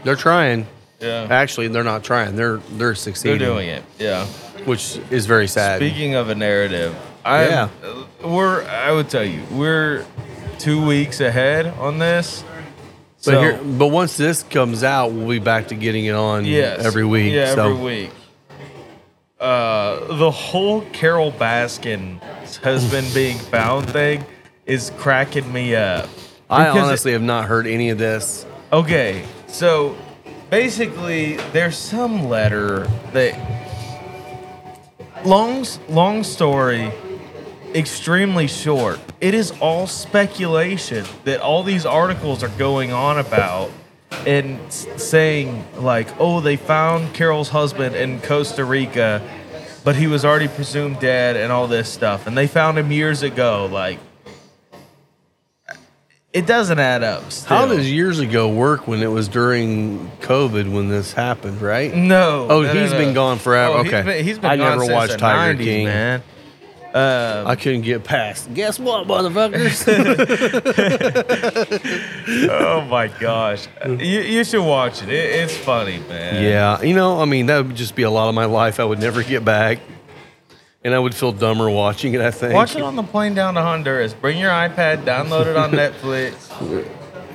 [SPEAKER 2] They're trying.
[SPEAKER 3] yeah,
[SPEAKER 2] Actually, they're not trying. They're they're
[SPEAKER 3] they're
[SPEAKER 2] succeeding.
[SPEAKER 3] doing it. Yeah.
[SPEAKER 2] it, which is very sad.
[SPEAKER 3] Speaking of a narrative, I
[SPEAKER 2] Yeah.
[SPEAKER 3] we're I would tell you we're two weeks ahead on this.
[SPEAKER 2] but
[SPEAKER 3] So-
[SPEAKER 2] here, but once this comes out, we'll be back to getting it on
[SPEAKER 3] Yes.
[SPEAKER 2] every week.
[SPEAKER 3] Yeah,
[SPEAKER 2] so
[SPEAKER 3] every week. Uh, the whole Carol Baskin husband being found thing is cracking me up.
[SPEAKER 2] I
[SPEAKER 3] Because it-
[SPEAKER 2] honestly have not heard any of this.
[SPEAKER 3] Okay, so basically, there's some letter that long s- long story, extremely short. It is all speculation that all these articles are going on about and s- saying like, oh, they found Carol's husband in Costa Rica, but he was already presumed dead and all this stuff, and they found him years ago, like. It doesn't add up. Still.
[SPEAKER 2] How does years ago work when it was during COVID when this happened, right?
[SPEAKER 3] No.
[SPEAKER 2] Oh,
[SPEAKER 3] he's
[SPEAKER 2] he's been gone forever.
[SPEAKER 3] He's
[SPEAKER 2] Okay.
[SPEAKER 3] been, he's been
[SPEAKER 2] I
[SPEAKER 3] gone
[SPEAKER 2] never
[SPEAKER 3] since
[SPEAKER 2] watched
[SPEAKER 3] the
[SPEAKER 2] Tiger
[SPEAKER 3] 90s,
[SPEAKER 2] King.
[SPEAKER 3] man.
[SPEAKER 2] I couldn't get past. Guess what, motherfuckers?
[SPEAKER 3] Oh my gosh, you, you should watch it. it. It's funny, man.
[SPEAKER 2] yeah, you know, I mean, that would just be a lot of my life I would never get back, and I would feel dumber watching it. I think.
[SPEAKER 3] Watch it on the plane down to Honduras. Bring your iPad, download it on Netflix.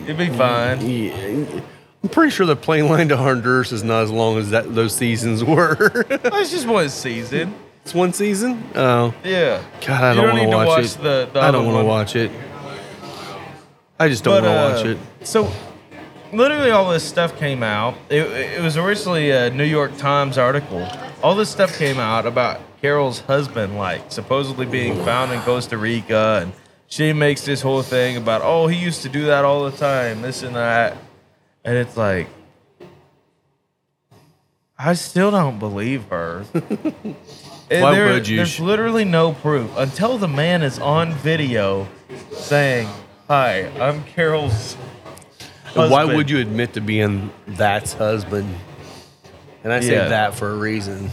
[SPEAKER 3] You'll be fine.
[SPEAKER 2] Yeah. I'm pretty sure the plane line to Honduras is not as long as that those seasons were.
[SPEAKER 3] That's Oh, just one season.
[SPEAKER 2] it's one season. Oh
[SPEAKER 3] Yeah.
[SPEAKER 2] God, I
[SPEAKER 3] You
[SPEAKER 2] don't,
[SPEAKER 3] need to
[SPEAKER 2] want to
[SPEAKER 3] watch
[SPEAKER 2] watch it.
[SPEAKER 3] The, the
[SPEAKER 2] I
[SPEAKER 3] other
[SPEAKER 2] don't want
[SPEAKER 3] one.
[SPEAKER 2] to watch it. I just don't want to watch it.
[SPEAKER 3] uh, So, literally, all this stuff came out. It, it was originally a New York Times article. All this stuff came out about Carol's husband, like supposedly being found in Costa Rica, and she makes this whole thing about, oh, he used to do that all the time, this and that, and it's like. I still don't believe her. And
[SPEAKER 2] Why would you?
[SPEAKER 3] There's literally no proof until the man is on video saying, "Hi, I'm Carol's."
[SPEAKER 2] And Why
[SPEAKER 3] husband."
[SPEAKER 2] would you admit to being that's husband? And I say
[SPEAKER 3] Yeah.
[SPEAKER 2] that for a reason.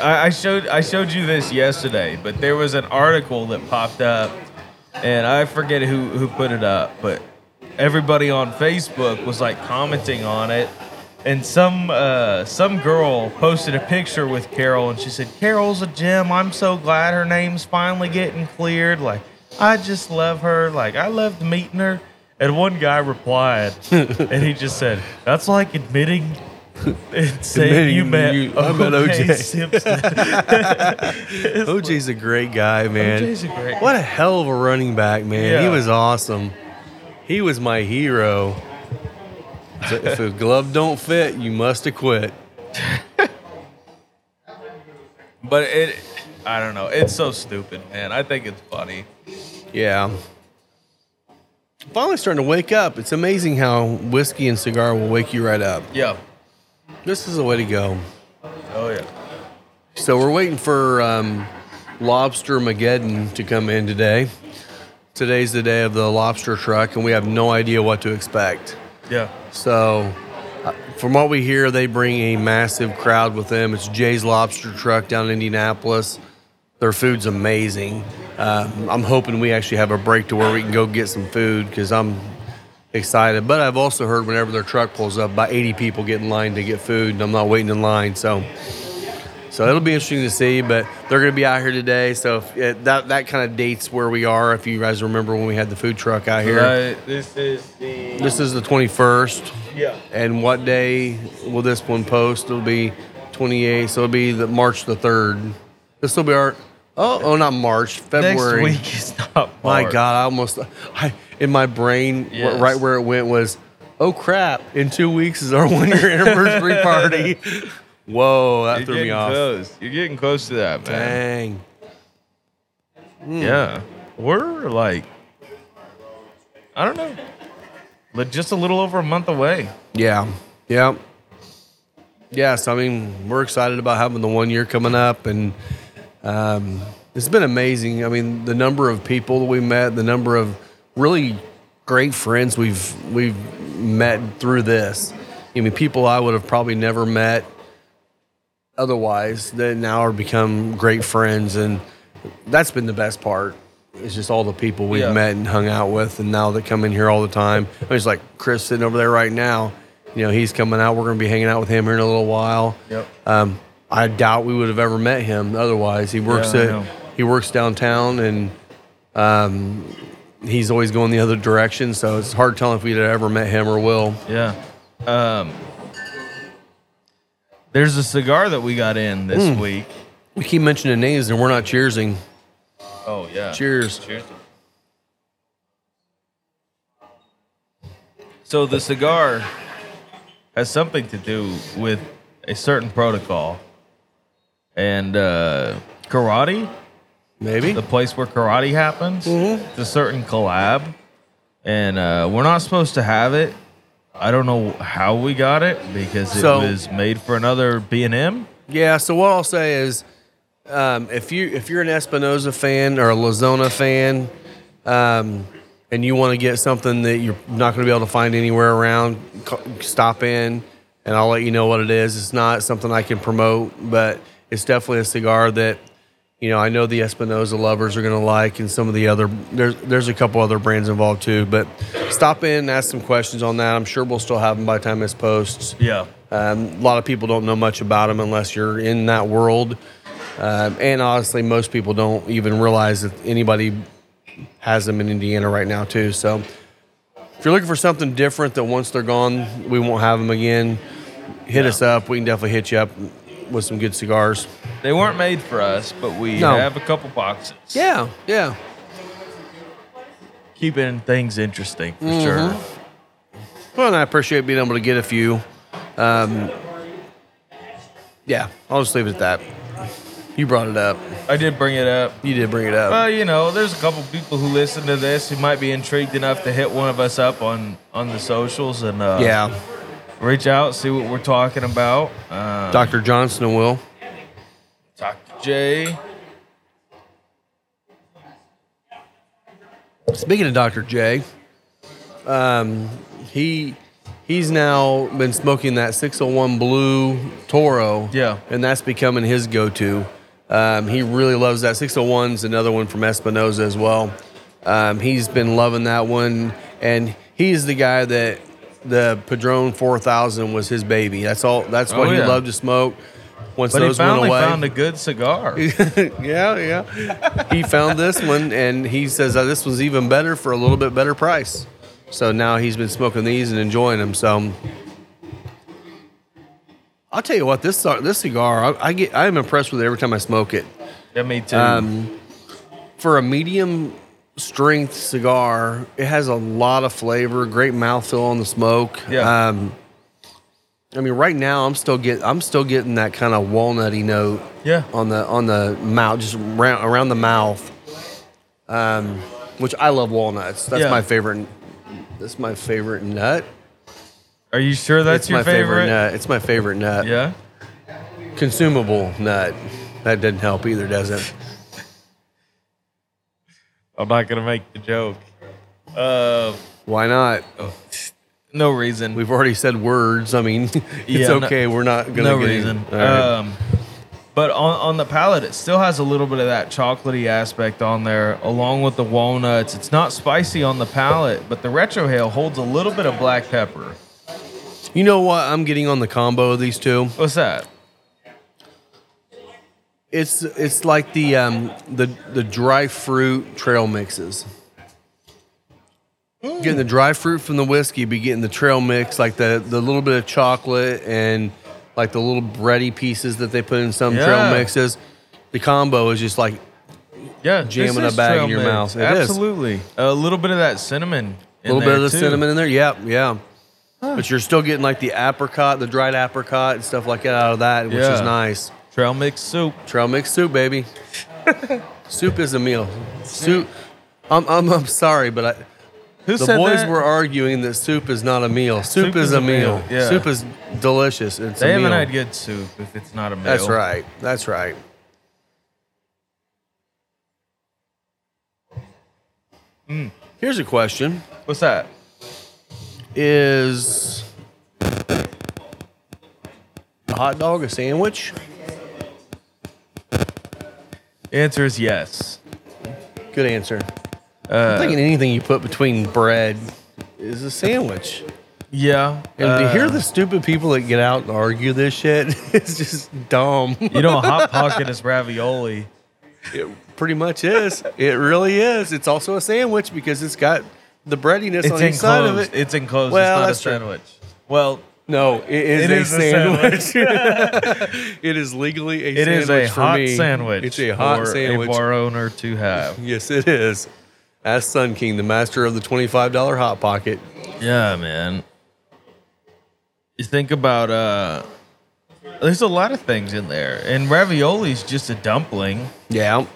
[SPEAKER 3] I, I showed I showed you this yesterday, but there was an article that popped up, and I forget who who put it up, but everybody on Facebook was like commenting on it, and some uh, some girl posted a picture with Carol, and she said, "Carol's a gem. I'm so glad her name's finally getting cleared. Like, I just love her. Like, I loved meeting her." And one guy replied, and he just said, "That's like admitting." And saying you
[SPEAKER 2] Admitting you-
[SPEAKER 3] met
[SPEAKER 2] I met
[SPEAKER 3] O.J.
[SPEAKER 2] O.J.
[SPEAKER 3] Simpson.
[SPEAKER 2] OJ's a great guy, man.
[SPEAKER 3] OJ's a great-
[SPEAKER 2] What a hell of a running back, man. He
[SPEAKER 3] Yeah.
[SPEAKER 2] was awesome. He was my hero. So if a glove don't fit, you must have quit.
[SPEAKER 3] But it, I don't know. It's so stupid, man. I think it's funny.
[SPEAKER 2] Yeah. Finally starting to wake up. It's amazing how whiskey and cigar will wake you right up.
[SPEAKER 3] Yeah.
[SPEAKER 2] This is the way to go.
[SPEAKER 3] Oh yeah.
[SPEAKER 2] So we're waiting for um, Lobster Mageddon to come in today. Today's the day of the lobster truck, and we have no idea what to expect.
[SPEAKER 3] Yeah.
[SPEAKER 2] So, uh, from what we hear, they bring a massive crowd with them. It's Jay's Lobster Truck down in Indianapolis. Their food's amazing. Um, I'm hoping we actually have a break to where we can go get some food because I'm excited. But I've also heard whenever their truck pulls up, about 80 people get in line to get food, and I'm not waiting in line. So, so it'll be interesting to see. But they're going to be out here today, so if it, that that kind of dates where we are. If you guys remember when we had the food truck out here,
[SPEAKER 3] Right. This is the.
[SPEAKER 2] this is the 21st.
[SPEAKER 3] Yeah.
[SPEAKER 2] And what day will this one post? It'll be 28th, so it'll be the March the 3rd. This will be our oh, oh not March, February.
[SPEAKER 3] Next week is not. March.
[SPEAKER 2] My God, I almost I in my brain wh-
[SPEAKER 3] Yes.
[SPEAKER 2] right where it went was, oh crap! In two weeks is our one year anniversary party. Whoa, that
[SPEAKER 3] You're
[SPEAKER 2] threw me
[SPEAKER 3] getting
[SPEAKER 2] off.
[SPEAKER 3] close. You're getting close to that, man.
[SPEAKER 2] Dang.
[SPEAKER 3] Yeah. We're like, I don't know, like just a little over a month away.
[SPEAKER 2] Yeah. Yeah. Yeah. So, I mean, we're excited about having the one year coming up. And um, it's been amazing. I mean, the number of people that we met, the number of really great friends we've, we've met through this. I mean, people I would have probably never met otherwise that now are become great friends. And that's been the best part. It's just all the people we've
[SPEAKER 3] Yeah.
[SPEAKER 2] met and hung out with, and now they come in here all the time. I mean, it's like Chris sitting over there right now. You know, he's coming out. We're going to be hanging out with him here in a little while.
[SPEAKER 3] Yep.
[SPEAKER 2] Um, I doubt we would have ever met him otherwise. He works
[SPEAKER 3] Yeah, I know.
[SPEAKER 2] at he works downtown, and um, he's always going the other direction. So it's hard telling if we'd have ever met him or Will.
[SPEAKER 3] Yeah. Um, there's a cigar that we got in this
[SPEAKER 2] Mm.
[SPEAKER 3] week.
[SPEAKER 2] We keep mentioning names, and we're not cheersing.
[SPEAKER 3] Oh yeah.
[SPEAKER 2] Cheers.
[SPEAKER 3] Cheers. So the cigar has something to do with a certain protocol and uh, karate.
[SPEAKER 2] Maybe.
[SPEAKER 3] the place where karate happens.
[SPEAKER 2] Mm-hmm.
[SPEAKER 3] It's a certain collab, and uh, we're not supposed to have it. I don't know how we got it because it
[SPEAKER 2] So-
[SPEAKER 3] was made for another B and M.
[SPEAKER 2] Yeah. So what I'll say is, um, if you if you're an Espinoza fan or a Lazona fan, um, and you want to get something that you're not going to be able to find anywhere around, c- stop in, and I'll let you know what it is. It's not something I can promote, but it's definitely a cigar that. You know, I know the Espinoza lovers are going to like, and some of the other there's there's a couple other brands involved too. But stop in, and ask some questions on that. I'm sure we'll still have them by the time this posts.
[SPEAKER 3] Yeah,
[SPEAKER 2] Um, a lot of people don't know much about them unless you're in that world. Um, and honestly, most people don't even realize that anybody has them in Indiana right now, too. So if you're looking for something different that once they're gone, we won't have them again, hit us up. We can definitely hit you up with some good cigars.
[SPEAKER 3] they weren't made for us, but we
[SPEAKER 2] No.
[SPEAKER 3] have a couple boxes.
[SPEAKER 2] Yeah, yeah.
[SPEAKER 3] keeping things interesting for
[SPEAKER 2] Mm-hmm.
[SPEAKER 3] sure.
[SPEAKER 2] Well, and I appreciate being able to get a few. Um, yeah, I'll just leave it at that. You brought it up.
[SPEAKER 3] I did bring it up.
[SPEAKER 2] You did bring it up.
[SPEAKER 3] Well, you know, there's a couple people who listen to this who might be intrigued enough to hit one of us up on on the socials and uh,
[SPEAKER 2] yeah.
[SPEAKER 3] reach out, see what we're talking about. Um,
[SPEAKER 2] Dr. Johnson will.
[SPEAKER 3] Dr. J.
[SPEAKER 2] Speaking of Dr. J, um, he he's now been smoking that 601 blue Toro.
[SPEAKER 3] Yeah.
[SPEAKER 2] And that's becoming his go-to. Um, he really loves that. 601's another one from Espinoza as well. Um, he's been loving that one, and he's the guy that the Padron 4000 was his baby. That's all. That's what
[SPEAKER 3] Oh,
[SPEAKER 2] he
[SPEAKER 3] yeah.
[SPEAKER 2] loved to smoke. Once
[SPEAKER 3] But he
[SPEAKER 2] those
[SPEAKER 3] finally
[SPEAKER 2] went away,
[SPEAKER 3] found a good cigar.
[SPEAKER 2] yeah, yeah. He found this one, and he says uh, this was even better for a little bit better price. So now he's been smoking these and enjoying them. So I'll tell you what, this ci- this cigar, I, I get, I am impressed with it every time I smoke it.
[SPEAKER 3] yeah, me too.
[SPEAKER 2] Um, For a medium strength cigar, it has a lot of flavor, great mouthfeel on the smoke.
[SPEAKER 3] Yeah.
[SPEAKER 2] Um, I mean, right now I'm still get I'm still getting that kind of walnutty note
[SPEAKER 3] yeah.
[SPEAKER 2] on the on the mouth, just round, around the mouth. Um, which I love walnuts. That's
[SPEAKER 3] Yeah.
[SPEAKER 2] my favorite. That's my favorite nut.
[SPEAKER 3] Are you sure that's
[SPEAKER 2] it's
[SPEAKER 3] your
[SPEAKER 2] my
[SPEAKER 3] favorite?
[SPEAKER 2] nut. It's my favorite nut.
[SPEAKER 3] Yeah.
[SPEAKER 2] Consumable nut. That doesn't help either, does it?
[SPEAKER 3] I'm not gonna make the joke. Uh,
[SPEAKER 2] Why not?
[SPEAKER 3] no reason.
[SPEAKER 2] We've already said words. I mean, it's
[SPEAKER 3] Yeah, no-
[SPEAKER 2] okay. We're not gonna.
[SPEAKER 3] no
[SPEAKER 2] get any-
[SPEAKER 3] reason.
[SPEAKER 2] All right.
[SPEAKER 3] Um, but on, on the palate, it still has a little bit of that chocolatey aspect on there, along with the walnuts. It's not spicy on the palate, but the retrohale holds a little bit of black pepper.
[SPEAKER 2] you know what? I'm getting on the combo of these two.
[SPEAKER 3] What's that?
[SPEAKER 2] It's it's like the um, the the dry fruit trail mixes. Getting the dry fruit from the whiskey, be getting the trail mix, like the the little bit of chocolate and like the little bready pieces that they put in some
[SPEAKER 3] Yeah.
[SPEAKER 2] trail mixes. The combo is just like
[SPEAKER 3] Yeah, this
[SPEAKER 2] Jamming a
[SPEAKER 3] is
[SPEAKER 2] bag in
[SPEAKER 3] trail
[SPEAKER 2] your
[SPEAKER 3] mix.
[SPEAKER 2] mouth. It is.
[SPEAKER 3] Absolutely. A little bit of that cinnamon.
[SPEAKER 2] a little bit of the cinnamon in there. Yeah, yeah. But you're still getting like the apricot, the dried apricot and stuff like that out of that, which
[SPEAKER 3] Yeah.
[SPEAKER 2] is nice.
[SPEAKER 3] Trail mix soup.
[SPEAKER 2] Trail mix soup, baby. Soup is a meal. Soup. I'm, I'm, I'm sorry, but I,
[SPEAKER 3] Who
[SPEAKER 2] the
[SPEAKER 3] said
[SPEAKER 2] boys
[SPEAKER 3] that?
[SPEAKER 2] were arguing that soup is not a meal. Soup, is, a meal.
[SPEAKER 3] yeah.
[SPEAKER 2] Soup is delicious. It's
[SPEAKER 3] They
[SPEAKER 2] a meal.
[SPEAKER 3] haven't had good soup if it's not a meal.
[SPEAKER 2] That's right. That's right.
[SPEAKER 3] Hmm.
[SPEAKER 2] Here's a question:
[SPEAKER 3] What's that?
[SPEAKER 2] Is a hot dog a sandwich?
[SPEAKER 3] The answer is yes.
[SPEAKER 2] Good answer.
[SPEAKER 3] Uh,
[SPEAKER 2] I'm thinking anything you put between bread is a sandwich.
[SPEAKER 3] Yeah.
[SPEAKER 2] And to
[SPEAKER 3] uh,
[SPEAKER 2] hear the stupid people that get out and argue this shit, it's just dumb.
[SPEAKER 3] You know, a hot pocket is ravioli.
[SPEAKER 2] It pretty much is. It really is. It's also a sandwich because it's got the breadiness
[SPEAKER 3] It's
[SPEAKER 2] on each
[SPEAKER 3] enclosed.
[SPEAKER 2] side of it.
[SPEAKER 3] It's enclosed.
[SPEAKER 2] Well,
[SPEAKER 3] it's not a
[SPEAKER 2] that's true.
[SPEAKER 3] sandwich. Well,
[SPEAKER 2] no, it is
[SPEAKER 3] It
[SPEAKER 2] a
[SPEAKER 3] is a
[SPEAKER 2] sandwich. it is legally a
[SPEAKER 3] it
[SPEAKER 2] sandwich.
[SPEAKER 3] is a
[SPEAKER 2] for
[SPEAKER 3] hot
[SPEAKER 2] me.
[SPEAKER 3] sandwich.
[SPEAKER 2] It's a hot
[SPEAKER 3] for
[SPEAKER 2] sandwich.
[SPEAKER 3] A bar owner to have.
[SPEAKER 2] Yes, it is. Ask Sun King, the master of the $25 Hot Pocket.
[SPEAKER 3] Yeah, man. You think about uh there's a lot of things in there. And ravioli's just a dumpling.
[SPEAKER 2] Yeah.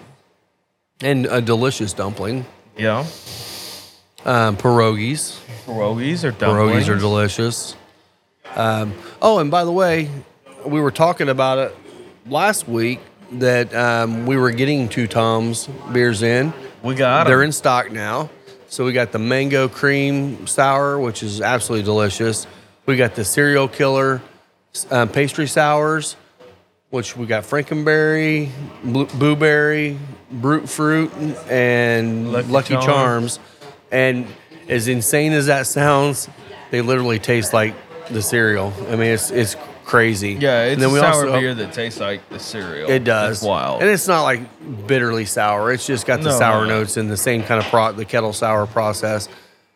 [SPEAKER 2] And a delicious dumpling.
[SPEAKER 3] You know?
[SPEAKER 2] Um, pierogies.
[SPEAKER 3] Pierogies are dumplings.
[SPEAKER 2] Pierogies are delicious. Um, oh, and by the way, we were talking about it last week that um, we were getting two Tom's beers in.
[SPEAKER 3] we got
[SPEAKER 2] They're
[SPEAKER 3] 'em.
[SPEAKER 2] in stock now. So we got the mango cream sour, which is absolutely delicious. We got the cereal killer um, pastry sours, which we got frankenberry, blu- blueberry, brute fruit, and
[SPEAKER 3] Lucky
[SPEAKER 2] Lucky,
[SPEAKER 3] Charms.
[SPEAKER 2] Charms. And as insane as that sounds, they literally taste like the cereal. I mean, it's it's crazy.
[SPEAKER 3] Yeah, it's
[SPEAKER 2] And then
[SPEAKER 3] a
[SPEAKER 2] we
[SPEAKER 3] sour
[SPEAKER 2] also-
[SPEAKER 3] beer that tastes like the cereal.
[SPEAKER 2] it does.
[SPEAKER 3] It's wild.
[SPEAKER 2] And it's not like bitterly sour. It's just got the
[SPEAKER 3] No,
[SPEAKER 2] sour
[SPEAKER 3] no.
[SPEAKER 2] notes in the same kind of pro- the kettle sour process.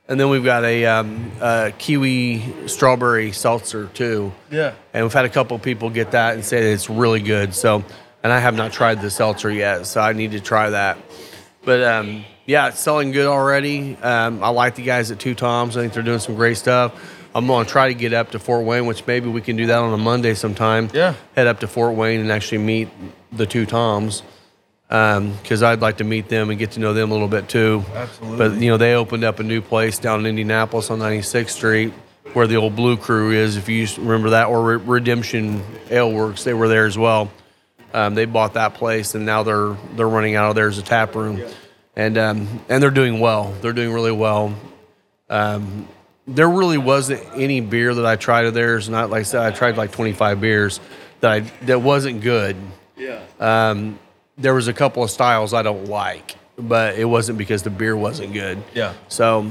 [SPEAKER 2] And then we've got a, um, a kiwi strawberry seltzer too.
[SPEAKER 3] Yeah.
[SPEAKER 2] And we've had a couple people get that and say that it's really good. So, and I have not tried the seltzer yet, so I need to try that. But um, yeah, it's selling good already. Um, I like the guys at Two Toms. I think they're doing some great stuff. I'm going to try to get up to Fort Wayne, which maybe we can do that on a Monday sometime.
[SPEAKER 3] Yeah.
[SPEAKER 2] Head up to Fort Wayne and actually meet the Two Toms because I'd like to meet them and get to know them a little bit too.
[SPEAKER 3] Absolutely.
[SPEAKER 2] But you know, they opened up a new place down in Indianapolis on 96th Street, where the old Blue Crew is, if you used to remember that, or Re- Redemption Ale Works. They were there as well. Um, they bought that place, and now they're they're running out of there as a tap room, and um, and they're doing well. They're doing really well. Um, there really wasn't any beer that I tried of theirs. Not like I said, I tried like 25 beers that I that wasn't good Um, there was a couple of styles I don't like, but it wasn't because the beer wasn't good.
[SPEAKER 3] Yeah.
[SPEAKER 2] So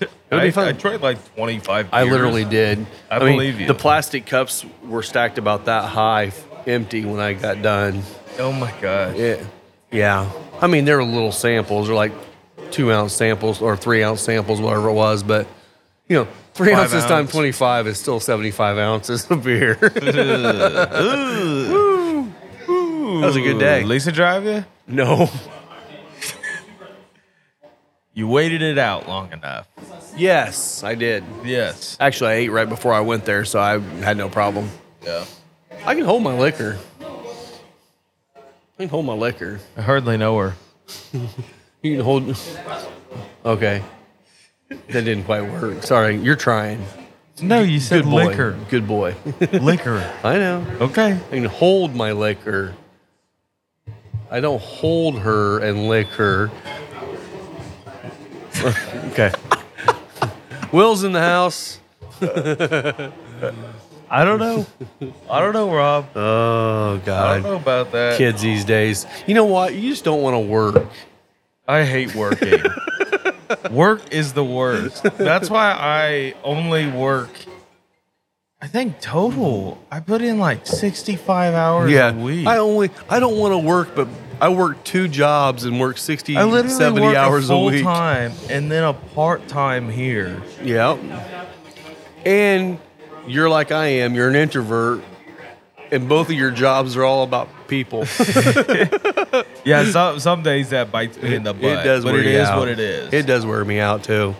[SPEAKER 2] it would
[SPEAKER 3] I,
[SPEAKER 2] be fun.
[SPEAKER 3] I tried like twenty five
[SPEAKER 2] I literally did.
[SPEAKER 3] I believe you.
[SPEAKER 2] The plastic cups were stacked about that high, f- empty when I got done.
[SPEAKER 3] Oh my god.
[SPEAKER 2] It, yeah. I mean, they were little samples, or like two ounce samples or three ounce samples, whatever it was. But you know, three
[SPEAKER 3] Five
[SPEAKER 2] ounces times
[SPEAKER 3] ounce.
[SPEAKER 2] twenty five is still seventy five ounces of beer.
[SPEAKER 3] That
[SPEAKER 2] was a good day.
[SPEAKER 3] Lisa drive you?
[SPEAKER 2] no.
[SPEAKER 3] You waited it out long enough.
[SPEAKER 2] Yes, I did.
[SPEAKER 3] Yes.
[SPEAKER 2] Actually, I ate right before I went there, so I had no problem.
[SPEAKER 3] Yeah.
[SPEAKER 2] I can hold my liquor. I can hold my liquor.
[SPEAKER 3] I hardly know her.
[SPEAKER 2] You can hold. Okay. That didn't quite work. Sorry, you're trying.
[SPEAKER 3] No, you said
[SPEAKER 2] Good boy.
[SPEAKER 3] liquor.
[SPEAKER 2] Good boy.
[SPEAKER 3] liquor.
[SPEAKER 2] I know.
[SPEAKER 3] Okay.
[SPEAKER 2] I can hold my liquor. I don't hold her and lick her. okay. Will's in the house.
[SPEAKER 3] I don't know. I don't know, Rob.
[SPEAKER 2] Oh
[SPEAKER 3] I don't
[SPEAKER 2] God.
[SPEAKER 3] know about that.
[SPEAKER 2] Kids these days. You know what? You just don't want to work.
[SPEAKER 3] I hate working. work is the worst. That's why I only work. I think total, I put in like sixty-five hours
[SPEAKER 2] Yeah,
[SPEAKER 3] a week.
[SPEAKER 2] I only I don't want to work, but I work two jobs and work 60,
[SPEAKER 3] I literally
[SPEAKER 2] 70
[SPEAKER 3] work
[SPEAKER 2] hours
[SPEAKER 3] a
[SPEAKER 2] a,
[SPEAKER 3] full
[SPEAKER 2] week.
[SPEAKER 3] time and then a part time here.
[SPEAKER 2] Yeah, and you're like I am. You're an introvert, and both of your jobs are all about people.
[SPEAKER 3] Yeah, some some days that bites me in the butt. but it
[SPEAKER 2] you
[SPEAKER 3] is
[SPEAKER 2] out.
[SPEAKER 3] what it is.
[SPEAKER 2] It does wear me out too.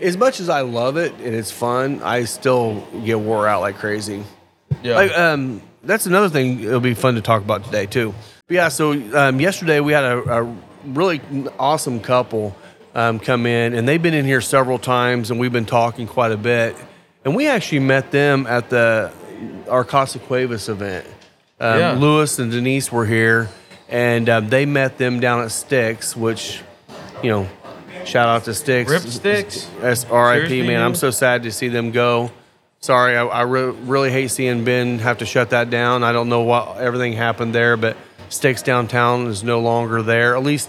[SPEAKER 2] As much as I love it and it's fun, I still get wore out like crazy.
[SPEAKER 3] Yeah.
[SPEAKER 2] Like, um, that's another thing. It'll be fun to talk about today too. But yeah, so um, yesterday we had a, a really awesome couple um, come in, and they've been in here several times, and we've been talking quite a bit. And we actually met them at the our Casa Cuevas event. Um,
[SPEAKER 3] Yeah.
[SPEAKER 2] Lewis and Denise were here, and um, they met them down at Sticks, which, you know, shout out to Sticks.
[SPEAKER 3] Rip Styx.
[SPEAKER 2] That's R.I.P.
[SPEAKER 3] Seriously,
[SPEAKER 2] Man, I'm
[SPEAKER 3] dude?
[SPEAKER 2] so sad to see them go. Sorry, I, I re- really hate seeing Ben have to shut that down. I don't know what everything happened there, but Sticks Downtown is no longer there, at least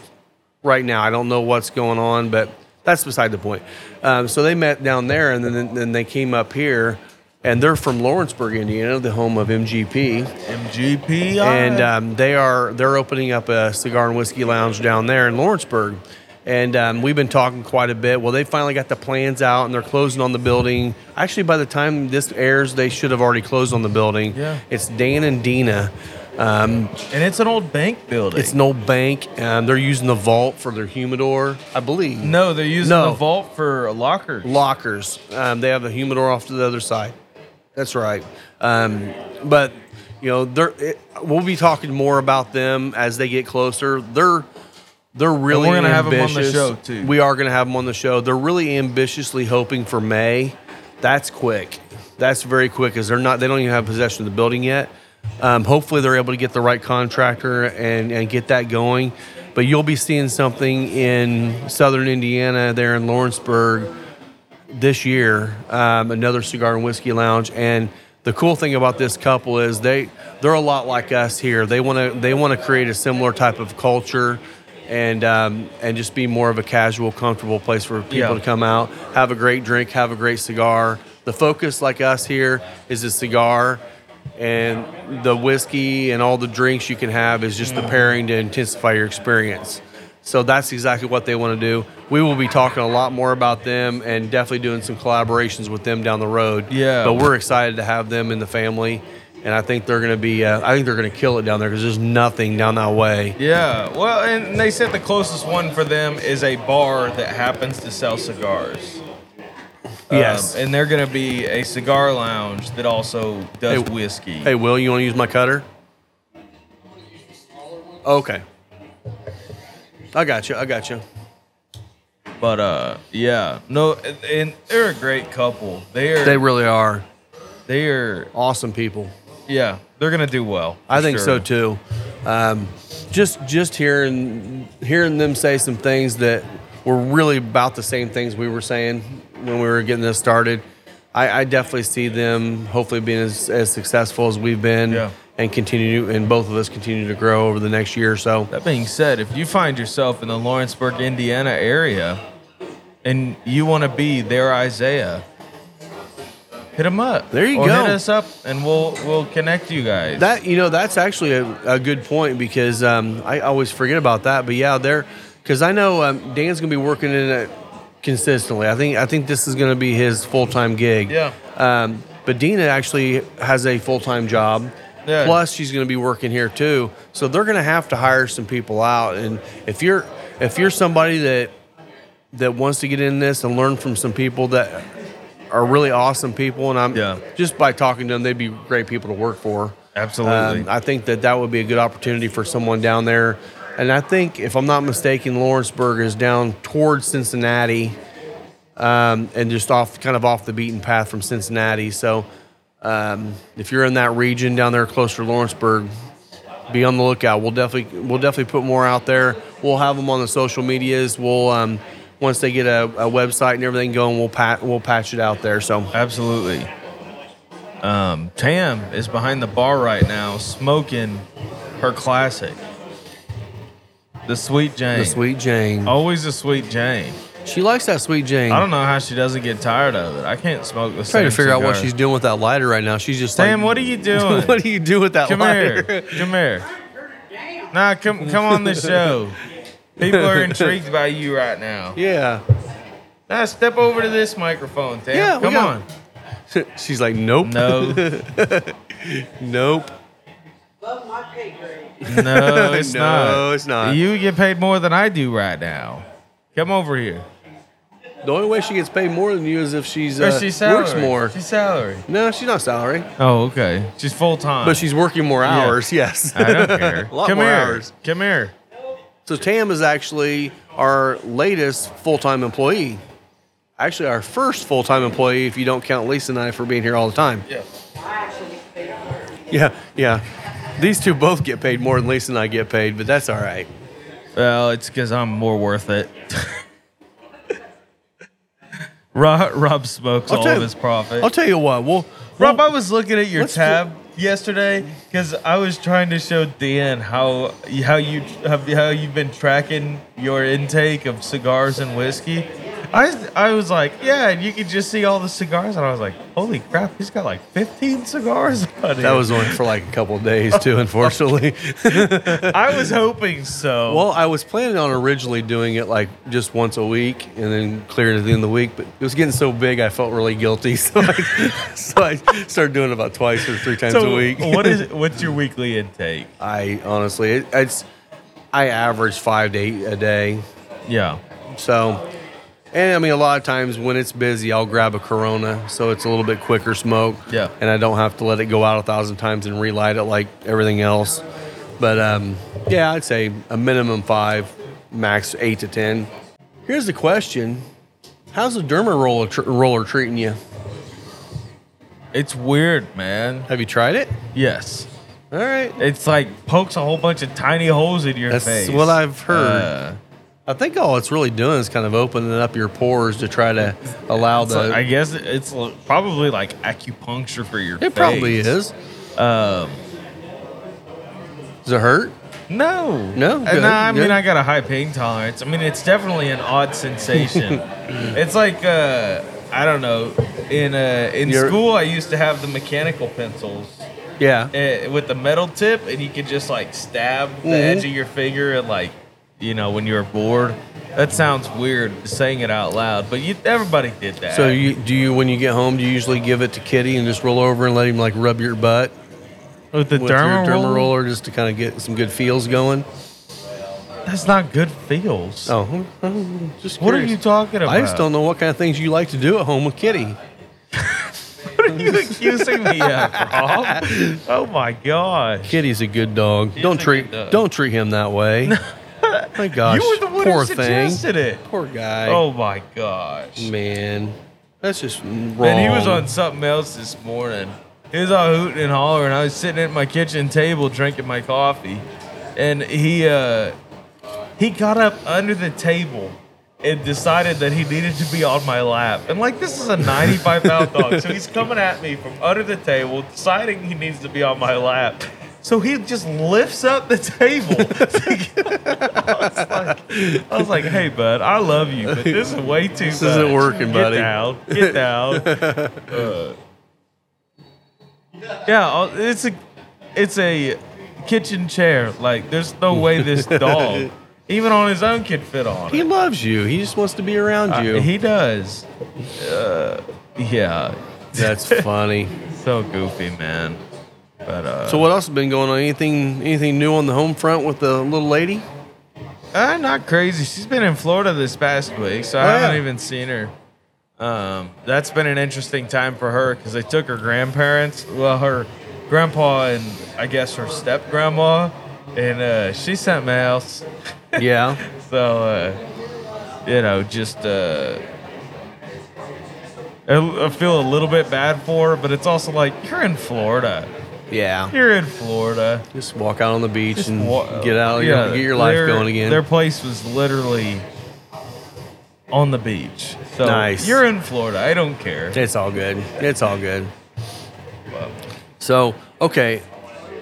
[SPEAKER 2] right now. I don't know what's going on, but that's beside the point. Um, so they met down there, and then, then they came up here, and they're from Lawrenceburg, Indiana, the home of MGP
[SPEAKER 3] MGP.
[SPEAKER 2] and um, they are they're opening up a cigar and whiskey lounge down there in Lawrenceburg, and um, we've been talking quite a bit. Well, they finally got the plans out, and they're closing on the building. Actually, by the time this airs, they should have already closed on the building.
[SPEAKER 3] Yeah.
[SPEAKER 2] it's Dan and Dina. Um,
[SPEAKER 3] and it's an old bank building.
[SPEAKER 2] it's an old bank, and they're using the vault for their humidor, I believe.
[SPEAKER 3] no, they're using
[SPEAKER 2] No.
[SPEAKER 3] the vault for a locker.
[SPEAKER 2] lockers. Um, they have a humidor off to the other side. That's right. Um, but you know, they're, it, we'll be talking more about them as they get closer. They're they're really
[SPEAKER 3] we're gonna have 'em on the
[SPEAKER 2] ambitious.
[SPEAKER 3] show, too.
[SPEAKER 2] We are going to have them on the show. They're really ambitiously hoping for May. That's quick. That's very quick, as they're not. They don't even have possession of the building yet. Um, hopefully, they're able to get the right contractor and and get that going. But you'll be seeing something in Southern Indiana, there in Lawrenceburg, this year um, another cigar and whiskey lounge and the cool thing about this couple is they they're a lot like us here they want to they want to create a similar type of culture and um, and just be more of a casual comfortable place for people
[SPEAKER 3] Yeah.
[SPEAKER 2] to come out have a great drink have a great cigar the focus like us here is the cigar and the whiskey and all the drinks you can have is just the pairing to intensify your experience so that's exactly what they want to do. We will be talking a lot more about them and definitely doing some collaborations with them down the road.
[SPEAKER 3] Yeah.
[SPEAKER 2] But we're excited to have them in the family. And I think they're going to be, uh, I think they're going to kill it down there because there's nothing down that way.
[SPEAKER 3] Yeah, well, and they said the closest one for them is a bar that happens to sell cigars.
[SPEAKER 2] Yes.
[SPEAKER 3] Um, and they're going to be a cigar lounge that also does
[SPEAKER 2] Hey-
[SPEAKER 3] whiskey.
[SPEAKER 2] hey, Will, you want to use my cutter? Okay. I got you. I got you.
[SPEAKER 3] But uh, yeah, no, and- and they're a great couple. They are.
[SPEAKER 2] They
[SPEAKER 3] They,
[SPEAKER 2] really are
[SPEAKER 3] are.
[SPEAKER 2] awesome people.
[SPEAKER 3] Yeah, they're going to do well.
[SPEAKER 2] I
[SPEAKER 3] for
[SPEAKER 2] think
[SPEAKER 3] sure.
[SPEAKER 2] so too. Um, just just hearing hearing them say some things that were really about the same things we were saying when we were getting this started. I, I definitely see them hopefully being as, as successful as we've been
[SPEAKER 3] Yeah.
[SPEAKER 2] and continue and both of us continue to grow over the next year or so.
[SPEAKER 3] That being said, if you find yourself in the Lawrenceburg, Indiana area and you want to be their Isaiah, hit them up.
[SPEAKER 2] There you
[SPEAKER 3] Or
[SPEAKER 2] go.
[SPEAKER 3] Hit us up and we'll we'll connect you guys.
[SPEAKER 2] That you know that's actually a, a good point because um, I always forget about that. But yeah, there because I know um, Dan's gonna be working in it consistently. I think I think this is gonna be his full time gig.
[SPEAKER 3] Yeah.
[SPEAKER 2] Um, but Dina actually has a full time job.
[SPEAKER 3] Yeah.
[SPEAKER 2] Plus, she's gonna be working here too. So they're gonna have to hire some people out. And if you're if you're somebody that that wants to get in this and learn from some people that are really awesome people, and I'm
[SPEAKER 3] Yeah.
[SPEAKER 2] just by talking to them, they'd be great people to work for.
[SPEAKER 3] Absolutely.
[SPEAKER 2] Um, I think that that would be a good opportunity for someone down there. And I think, if I'm not mistaken, Lawrenceburg is down towards Cincinnati um, and just off kind of off the beaten path from Cincinnati. So um, if you're in that region down there close to Lawrenceburg, be on the lookout. We'll definitely we'll definitely put more out there. We'll have them on the social medias. We'll um, once they get a, a website and everything going, we'll pat we'll patch it out there. So
[SPEAKER 3] Absolutely. Um, Tam is behind the bar right now smoking her classic. The Sweet Jane.
[SPEAKER 2] the Sweet Jane,
[SPEAKER 3] Always a Sweet Jane.
[SPEAKER 2] she likes that Sweet Jane.
[SPEAKER 3] I don't know how she doesn't get tired of it. I can't smoke the
[SPEAKER 2] trying
[SPEAKER 3] same
[SPEAKER 2] to figure out what
[SPEAKER 3] cigar.
[SPEAKER 2] she's doing with that lighter right now. She's just
[SPEAKER 3] Sam,
[SPEAKER 2] like,
[SPEAKER 3] what are you doing?
[SPEAKER 2] what do you do with that
[SPEAKER 3] come
[SPEAKER 2] lighter?
[SPEAKER 3] here. Come here. Nah, come come on the show. People are intrigued by you right now.
[SPEAKER 2] Yeah,
[SPEAKER 3] Now step over to this microphone, Tam.
[SPEAKER 2] Yeah, we
[SPEAKER 3] come
[SPEAKER 2] got-
[SPEAKER 3] on.
[SPEAKER 2] she's like, nope,
[SPEAKER 3] No,
[SPEAKER 2] nope.
[SPEAKER 4] Above my pay grade.
[SPEAKER 3] no, it's
[SPEAKER 2] No,
[SPEAKER 3] not.
[SPEAKER 2] it's not.
[SPEAKER 3] You get paid more than I do right now. Come over here.
[SPEAKER 2] The only way she gets paid more than you is if she's
[SPEAKER 3] Or
[SPEAKER 2] uh,
[SPEAKER 3] she's salary.
[SPEAKER 2] works more.
[SPEAKER 3] She's salary.
[SPEAKER 2] no, she's not salary,
[SPEAKER 3] Oh, okay. She's full time.
[SPEAKER 2] but she's working more hours. Yes.
[SPEAKER 3] I don't care.
[SPEAKER 2] A lot
[SPEAKER 3] Come
[SPEAKER 2] more
[SPEAKER 3] here.
[SPEAKER 2] hours.
[SPEAKER 3] Come here.
[SPEAKER 2] So Tam is actually our latest full-time employee. Actually, our first full-time employee, if you don't count Lisa and I for being here all the time.
[SPEAKER 3] Yeah.
[SPEAKER 4] I actually paid her.
[SPEAKER 2] Yeah, yeah. These two both get paid more than Lisa and I get paid, but that's all right.
[SPEAKER 3] Well, it's because I'm more worth it. Rob, Rob smokes all
[SPEAKER 2] tell
[SPEAKER 3] of
[SPEAKER 2] you-
[SPEAKER 3] his profit.
[SPEAKER 2] I'll tell you what. Well,
[SPEAKER 3] Rob, I
[SPEAKER 2] well,
[SPEAKER 3] was looking at your
[SPEAKER 2] let's do-
[SPEAKER 3] tab yesterday because I was trying to show Dan how how you have how you've been tracking your intake of cigars and whiskey. I I was like, yeah, and you could just see all the cigars, and I was like, holy crap, he's got like 15 cigars. On
[SPEAKER 2] that was only for like a couple of days too, unfortunately.
[SPEAKER 3] I was hoping so.
[SPEAKER 2] well, I was planning on originally doing it like just once a week and then clearing it at the end of the week, but it was getting so big, I felt really guilty, so I, so I started doing it about twice or three times
[SPEAKER 3] so
[SPEAKER 2] a week.
[SPEAKER 3] what is what's your weekly intake?
[SPEAKER 2] I honestly, it, it's I average five to eight a day.
[SPEAKER 3] Yeah.
[SPEAKER 2] So, and I mean, a lot of times when it's busy, I'll grab a Corona, so it's a little bit quicker smoke.
[SPEAKER 3] Yeah.
[SPEAKER 2] and I don't have to let it go out a thousand times and relight it like everything else. But um, yeah, I'd say a minimum five, max eight to ten. Here's the question: How's the derma roller tr- roller treating you?
[SPEAKER 3] It's weird, man.
[SPEAKER 2] Have you tried it?
[SPEAKER 3] Yes.
[SPEAKER 2] All right,
[SPEAKER 3] It's like pokes a whole bunch of tiny holes in your
[SPEAKER 2] That's
[SPEAKER 3] face.
[SPEAKER 2] what I've heard.
[SPEAKER 3] Uh,
[SPEAKER 2] I think all it's really doing is kind of opening up your pores to try to allow
[SPEAKER 3] so I
[SPEAKER 2] the.
[SPEAKER 3] guess it's l- probably like acupuncture for your face.
[SPEAKER 2] It probably is.
[SPEAKER 3] Um,
[SPEAKER 2] Does it hurt?
[SPEAKER 3] no.
[SPEAKER 2] No?
[SPEAKER 3] And
[SPEAKER 2] Good,
[SPEAKER 3] I mean,
[SPEAKER 2] good.
[SPEAKER 3] I got a high pain tolerance. I mean, it's definitely an odd sensation. it's like, uh, I don't know. In uh, in
[SPEAKER 2] You're-
[SPEAKER 3] school, I used to have the mechanical pencils
[SPEAKER 2] Yeah.
[SPEAKER 3] uh, with the metal tip, and you could just like stab the
[SPEAKER 2] Mhm.
[SPEAKER 3] edge of your finger, and like, you know, when you were bored. That sounds weird saying it out loud, but you, everybody did that.
[SPEAKER 2] So you do you when you get home? Do you usually give it to Kitty and just roll over and let him like rub your butt
[SPEAKER 3] with the
[SPEAKER 2] with
[SPEAKER 3] derma,
[SPEAKER 2] your derma
[SPEAKER 3] roller?
[SPEAKER 2] roller just to kind of get some good feels going?
[SPEAKER 3] That's not good feels.
[SPEAKER 2] Oh, hmm, hmm, just
[SPEAKER 3] What are
[SPEAKER 2] curious.
[SPEAKER 3] you talking about?
[SPEAKER 2] I just don't know what kind of things you like to do at home with Kitty.
[SPEAKER 3] What are you accusing me of, Rob? Oh my gosh.
[SPEAKER 2] Kitty's a good dog.
[SPEAKER 3] He's a
[SPEAKER 2] don't
[SPEAKER 3] good
[SPEAKER 2] treat
[SPEAKER 3] dog.
[SPEAKER 2] don't treat him that way. My gosh,
[SPEAKER 3] you were the one
[SPEAKER 2] poor
[SPEAKER 3] who
[SPEAKER 2] thing,
[SPEAKER 3] suggested it.
[SPEAKER 2] poor guy.
[SPEAKER 3] Oh my gosh.
[SPEAKER 2] man, that's just wrong.
[SPEAKER 3] And he was on something else this morning. He was all hooting and hollering. I was sitting at my kitchen table drinking my coffee, and he uh, he got up under the table and decided that he needed to be on my lap. And like this is a 95 pound dog, so he's coming at me from under the table, deciding he needs to be on my lap. So he just lifts up the table. I, was like, I was like, "Hey, bud, I love you, but this is way too
[SPEAKER 2] This isn't
[SPEAKER 3] much.
[SPEAKER 2] working,
[SPEAKER 3] Get
[SPEAKER 2] buddy."
[SPEAKER 3] down. Get down." Yeah, I'll- it's a it's a kitchen chair. Like there's no way this dog, even on his own, could fit on.
[SPEAKER 2] He
[SPEAKER 3] It.
[SPEAKER 2] loves you. He just wants to be around you.
[SPEAKER 3] Uh, he does. Uh, yeah,
[SPEAKER 2] that's funny.
[SPEAKER 3] so goofy, man. But uh,
[SPEAKER 2] So what else has been going on? Anything anything new on the home front with the little lady?
[SPEAKER 3] uh, not crazy. She's been in Florida this past week, so I
[SPEAKER 2] Oh, yeah.
[SPEAKER 3] haven't even seen her. Um, that's been an interesting time for her because they took her grandparents, well, her grandpa and I guess her step grandma, and uh, she sent mouse.
[SPEAKER 2] Yeah.
[SPEAKER 3] So, uh, you know, just uh, I, I feel a little bit bad for her, but it's also like you're in Florida.
[SPEAKER 2] Yeah.
[SPEAKER 3] You're in Florida.
[SPEAKER 2] Just walk out on the beach
[SPEAKER 3] Just
[SPEAKER 2] and
[SPEAKER 3] wa-
[SPEAKER 2] get out, of your,
[SPEAKER 3] yeah,
[SPEAKER 2] get your life
[SPEAKER 3] their-
[SPEAKER 2] going again.
[SPEAKER 3] Their place was literally on the beach. So
[SPEAKER 2] Nice.
[SPEAKER 3] You're in Florida. I don't care.
[SPEAKER 2] It's all good. It's all good. So, okay,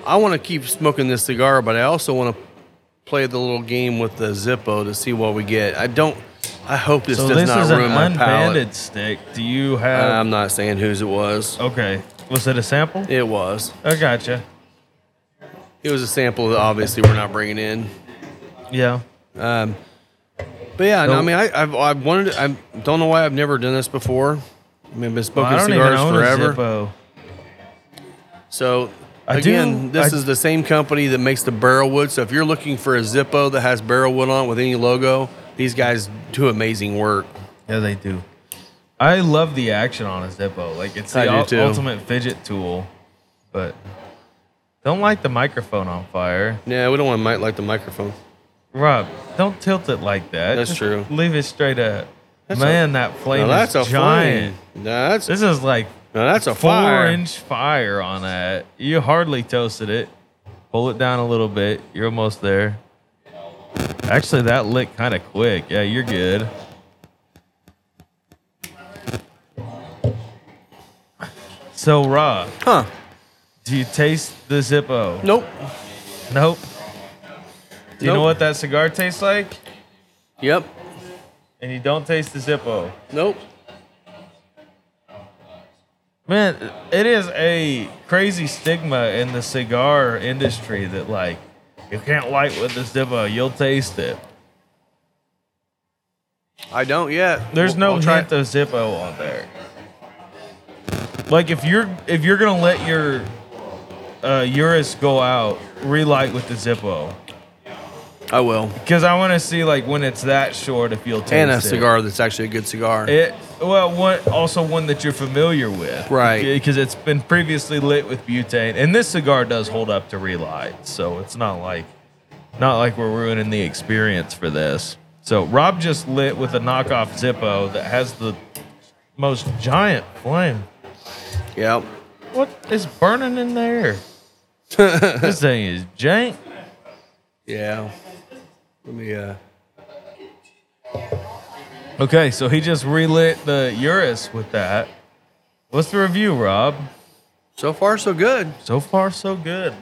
[SPEAKER 2] I want to keep smoking this cigar, but I also want to play the little game with the Zippo to see what we get. I don't. I hope this
[SPEAKER 3] so
[SPEAKER 2] does
[SPEAKER 3] this
[SPEAKER 2] not
[SPEAKER 3] is an
[SPEAKER 2] ruin my palate.
[SPEAKER 3] unbanded Oh. stick. Do you
[SPEAKER 2] Uh,
[SPEAKER 3] have?
[SPEAKER 2] I'm not saying whose it was.
[SPEAKER 3] okay. Was it a sample?
[SPEAKER 2] It was.
[SPEAKER 3] I gotcha.
[SPEAKER 2] It was a sample that obviously we're not bringing in.
[SPEAKER 3] Yeah.
[SPEAKER 2] Um, but yeah, no, I
[SPEAKER 3] So-
[SPEAKER 2] mean, I, I've, I've wanted. I don't know why I've never done this before. I mean, I've been
[SPEAKER 3] Well,
[SPEAKER 2] smoking
[SPEAKER 3] I don't even
[SPEAKER 2] cigars
[SPEAKER 3] own a
[SPEAKER 2] forever.
[SPEAKER 3] Zippo.
[SPEAKER 2] So
[SPEAKER 3] I do-
[SPEAKER 2] again, this
[SPEAKER 3] I-
[SPEAKER 2] is the same company that makes the barrel wood. So if you're looking for a Zippo that has barrel wood on it with any logo, these guys do amazing work.
[SPEAKER 3] Yeah, they do. I love the action on a Zippo. Like it's
[SPEAKER 2] I
[SPEAKER 3] the
[SPEAKER 2] do
[SPEAKER 3] ul-
[SPEAKER 2] too.
[SPEAKER 3] ultimate fidget tool, but don't light the microphone on fire,
[SPEAKER 2] Yeah, we don't want to mic like the microphone.
[SPEAKER 3] Rob. Don't tilt it like that.
[SPEAKER 2] That's
[SPEAKER 3] Just
[SPEAKER 2] true.
[SPEAKER 3] Leave it straight up.
[SPEAKER 2] That's
[SPEAKER 3] Man, that flame
[SPEAKER 2] Now that's
[SPEAKER 3] is
[SPEAKER 2] a
[SPEAKER 3] giant.
[SPEAKER 2] flame. Now that's
[SPEAKER 3] This is like
[SPEAKER 2] now that's a
[SPEAKER 3] four
[SPEAKER 2] fire.
[SPEAKER 3] inch fire on that. You hardly toasted it. Pull it down a little bit. You're almost there. Actually, that lit kind of quick. Yeah, you're good. So, Rob,
[SPEAKER 2] Huh?
[SPEAKER 3] do you taste the Zippo?
[SPEAKER 2] Nope.
[SPEAKER 3] Nope. Do you know
[SPEAKER 2] Nope.
[SPEAKER 3] what that cigar tastes like?
[SPEAKER 2] Yep.
[SPEAKER 3] And you don't taste the Zippo.
[SPEAKER 2] Nope.
[SPEAKER 3] Man, it is a crazy stigma in the cigar industry that like you can't light with the Zippo, you'll taste it.
[SPEAKER 2] I don't yet.
[SPEAKER 3] There's
[SPEAKER 2] We'll-
[SPEAKER 3] no
[SPEAKER 2] I'll try
[SPEAKER 3] hint of Zippo on there. Like if you're if you're gonna let your uh, Urus go out, relight with the Zippo
[SPEAKER 2] it. I will.
[SPEAKER 3] because I want to see like when it's that short if you'll taste
[SPEAKER 2] And a
[SPEAKER 3] it.
[SPEAKER 2] cigar that's actually a good cigar.
[SPEAKER 3] It well, one also one that you're familiar with,
[SPEAKER 2] Right.
[SPEAKER 3] Because it's been previously lit with butane, and this cigar does hold up to relight, so it's not like not like we're ruining the experience for this. So Rob just lit with a knockoff Zippo that has the most giant flame.
[SPEAKER 2] yep.
[SPEAKER 3] What is burning in there? this thing is jank.
[SPEAKER 2] Yeah. Let me. Uh,
[SPEAKER 3] Okay, so he just relit the Urus with that. What's the review, Rob?
[SPEAKER 2] so far, so good.
[SPEAKER 3] So far, so good.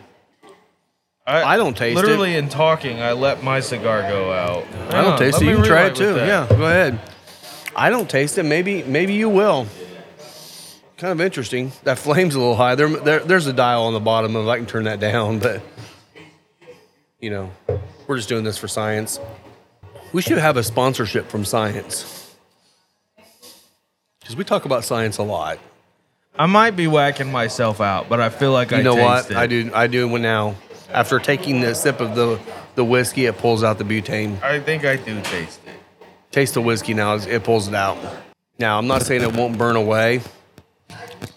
[SPEAKER 2] I don't taste it.
[SPEAKER 3] literally in talking, I let my cigar go out.
[SPEAKER 2] I don't taste it. You can try it too. Yeah, go ahead. I don't taste it. Maybe maybe you will. Kind of interesting. That flame's a little high. There, there there's a dial on the bottom of. it. I can turn that down, but you know, we're just doing this for science. We should have a sponsorship from science because we talk about science a lot.
[SPEAKER 3] I might be whacking myself out, but I feel like
[SPEAKER 2] You
[SPEAKER 3] I
[SPEAKER 2] know what?
[SPEAKER 3] taste it.
[SPEAKER 2] I do. I do now. After taking the sip of the the whiskey, it pulls out the butane.
[SPEAKER 3] I think I do taste it.
[SPEAKER 2] taste the whiskey now. It pulls it out. Now I'm not saying it won't burn away.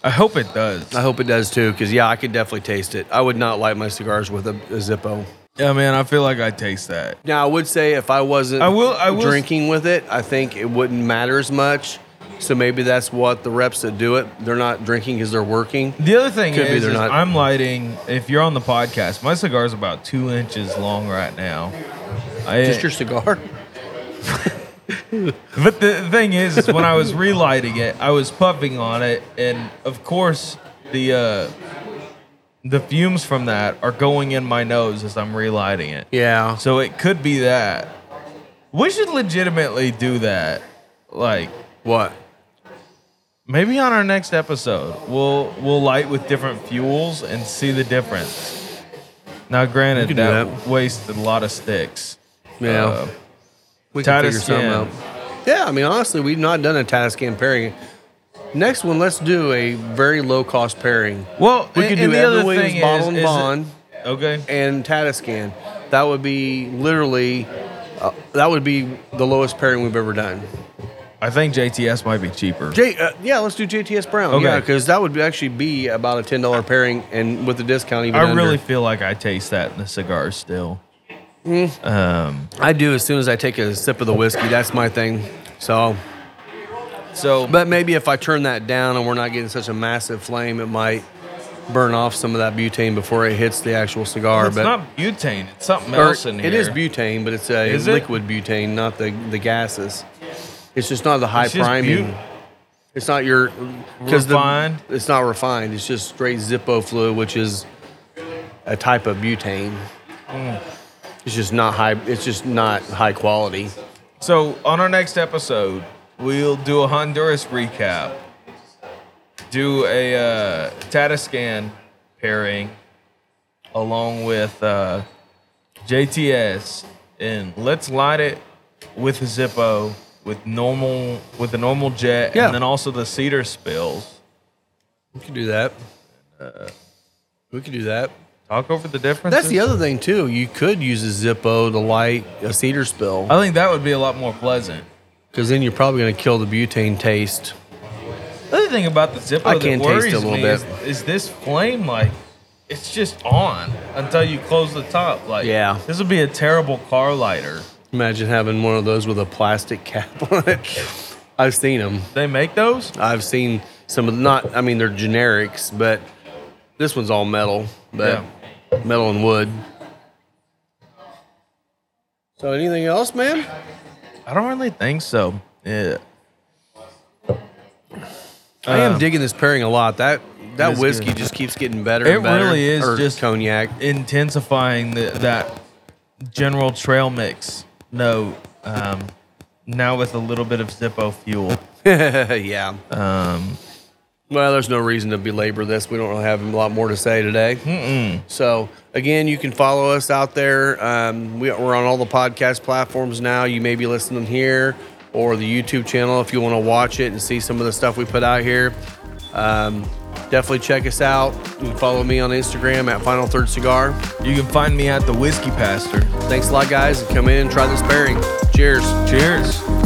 [SPEAKER 3] I hope it does.
[SPEAKER 2] I hope it does too, because yeah, I could definitely taste it. I would not light my cigars with a, a Zippo.
[SPEAKER 3] Yeah, man, I feel like I taste that.
[SPEAKER 2] Now I would say if I wasn't
[SPEAKER 3] I will- I will-
[SPEAKER 2] drinking with it, I think it wouldn't matter as much. So maybe that's what the reps that do it, they're not drinking because they're working.
[SPEAKER 3] The other thing
[SPEAKER 2] Could be
[SPEAKER 3] is,
[SPEAKER 2] they're
[SPEAKER 3] is
[SPEAKER 2] not-
[SPEAKER 3] I'm lighting. If you're on the podcast, my cigar's about two inches long right now. I,
[SPEAKER 2] Just your cigar.
[SPEAKER 3] But the thing is, is when I was relighting it, I was puffing on it, and of course, the uh, the fumes from that are going in my nose as I'm relighting it.
[SPEAKER 2] Yeah.
[SPEAKER 3] So it could be that. We should legitimately do that. Like
[SPEAKER 2] What?
[SPEAKER 3] maybe on our next episode, we'll we'll light with different fuels and see the difference. Now,
[SPEAKER 2] We
[SPEAKER 3] granted,
[SPEAKER 2] can do
[SPEAKER 3] that,
[SPEAKER 2] that.
[SPEAKER 3] wasted a lot of sticks.
[SPEAKER 2] Yeah.
[SPEAKER 3] Uh,
[SPEAKER 2] we
[SPEAKER 3] Tight
[SPEAKER 2] can
[SPEAKER 3] as
[SPEAKER 2] figure something out. Yeah, I mean, honestly, we've not done a Tatascan pairing. Next one, let's do a very low cost pairing.
[SPEAKER 3] well,
[SPEAKER 2] We
[SPEAKER 3] and-
[SPEAKER 2] could
[SPEAKER 3] and
[SPEAKER 2] do
[SPEAKER 3] the other
[SPEAKER 2] Everwings,
[SPEAKER 3] thing is-
[SPEAKER 2] Bottle and
[SPEAKER 3] is it-
[SPEAKER 2] Bond.
[SPEAKER 3] Okay.
[SPEAKER 2] and Tatiscan. That would be literally, uh, that would be the lowest pairing we've ever done.
[SPEAKER 3] I think JTS might be cheaper.
[SPEAKER 2] J, uh, yeah, let's do JTS Brown.
[SPEAKER 3] Okay.
[SPEAKER 2] Yeah, because that would be- actually be about a ten dollar pairing, and with the discount, even
[SPEAKER 3] I
[SPEAKER 2] under.
[SPEAKER 3] really feel like I taste that in the cigar still.
[SPEAKER 2] I do as soon as I take a sip of the whiskey. That's my thing. So,
[SPEAKER 3] So,
[SPEAKER 2] but maybe if I turn that down and we're not getting such a massive flame, it might burn off some of that butane before it hits the actual cigar.
[SPEAKER 3] it's
[SPEAKER 2] but
[SPEAKER 3] not butane. It's something
[SPEAKER 2] Or
[SPEAKER 3] else in here.
[SPEAKER 2] It is butane, but it's a
[SPEAKER 3] Is it?
[SPEAKER 2] liquid butane, not the, the gases. It's just not the high
[SPEAKER 3] It's just
[SPEAKER 2] priming.
[SPEAKER 3] but-
[SPEAKER 2] it's not your because
[SPEAKER 3] Refined?
[SPEAKER 2] The, it's not refined. It's just straight Zippo fluid, which is a type of butane.
[SPEAKER 3] Mm.
[SPEAKER 2] It's just not high. It's just not high quality.
[SPEAKER 3] So, on our next episode, we'll do a Honduras recap, do a uh, Tatiscan pairing along with uh, JTS, and let's light it with a Zippo, with normal, with the normal jet,
[SPEAKER 2] Yeah.
[SPEAKER 3] and then also the cedar spills.
[SPEAKER 2] We could do that.
[SPEAKER 3] Uh,
[SPEAKER 2] we could do that.
[SPEAKER 3] Talk over the differences.
[SPEAKER 2] That's the other thing too. You could use a Zippo to light a cedar spill.
[SPEAKER 3] I think that would be a lot more pleasant.
[SPEAKER 2] Because then you're probably going to kill the butane taste.
[SPEAKER 3] The other thing about the Zippo
[SPEAKER 2] I
[SPEAKER 3] that
[SPEAKER 2] can taste it a
[SPEAKER 3] worries
[SPEAKER 2] little
[SPEAKER 3] me
[SPEAKER 2] bit.
[SPEAKER 3] is, is this flame. Like, it's just on until you close the top. Like,
[SPEAKER 2] Yeah.
[SPEAKER 3] this would be a terrible car lighter.
[SPEAKER 2] Imagine having one of those with a plastic cap on it. I've seen them.
[SPEAKER 3] They make those.
[SPEAKER 2] I've seen some of not. I mean, they're generics, but this one's all metal, but metal and wood. So, anything else, man?
[SPEAKER 3] I don't really think so. Yeah.
[SPEAKER 2] I am
[SPEAKER 3] Um,
[SPEAKER 2] digging this pairing a lot. That
[SPEAKER 3] is
[SPEAKER 2] that whiskey
[SPEAKER 3] good.
[SPEAKER 2] just keeps getting better.
[SPEAKER 3] It
[SPEAKER 2] and better,
[SPEAKER 3] really is
[SPEAKER 2] or
[SPEAKER 3] just-
[SPEAKER 2] cognac.
[SPEAKER 3] intensifying the, that general trail mix note um, now with a little bit of Zippo fuel.
[SPEAKER 2] yeah. Um. Well, there's no reason to belabor this. We don't really have a lot more to say today. So again, you can follow us out there. Um, we, we're on all the podcast platforms now. You may be listening here or the YouTube channel if you want to watch it and see some of the stuff we put out here. Um, definitely check us out. You can follow me on Instagram at Final Third Cigar.
[SPEAKER 3] You can find me at the Whiskey Pastor.
[SPEAKER 2] Thanks a lot, guys. Come in and try this pairing. Cheers.
[SPEAKER 3] Cheers.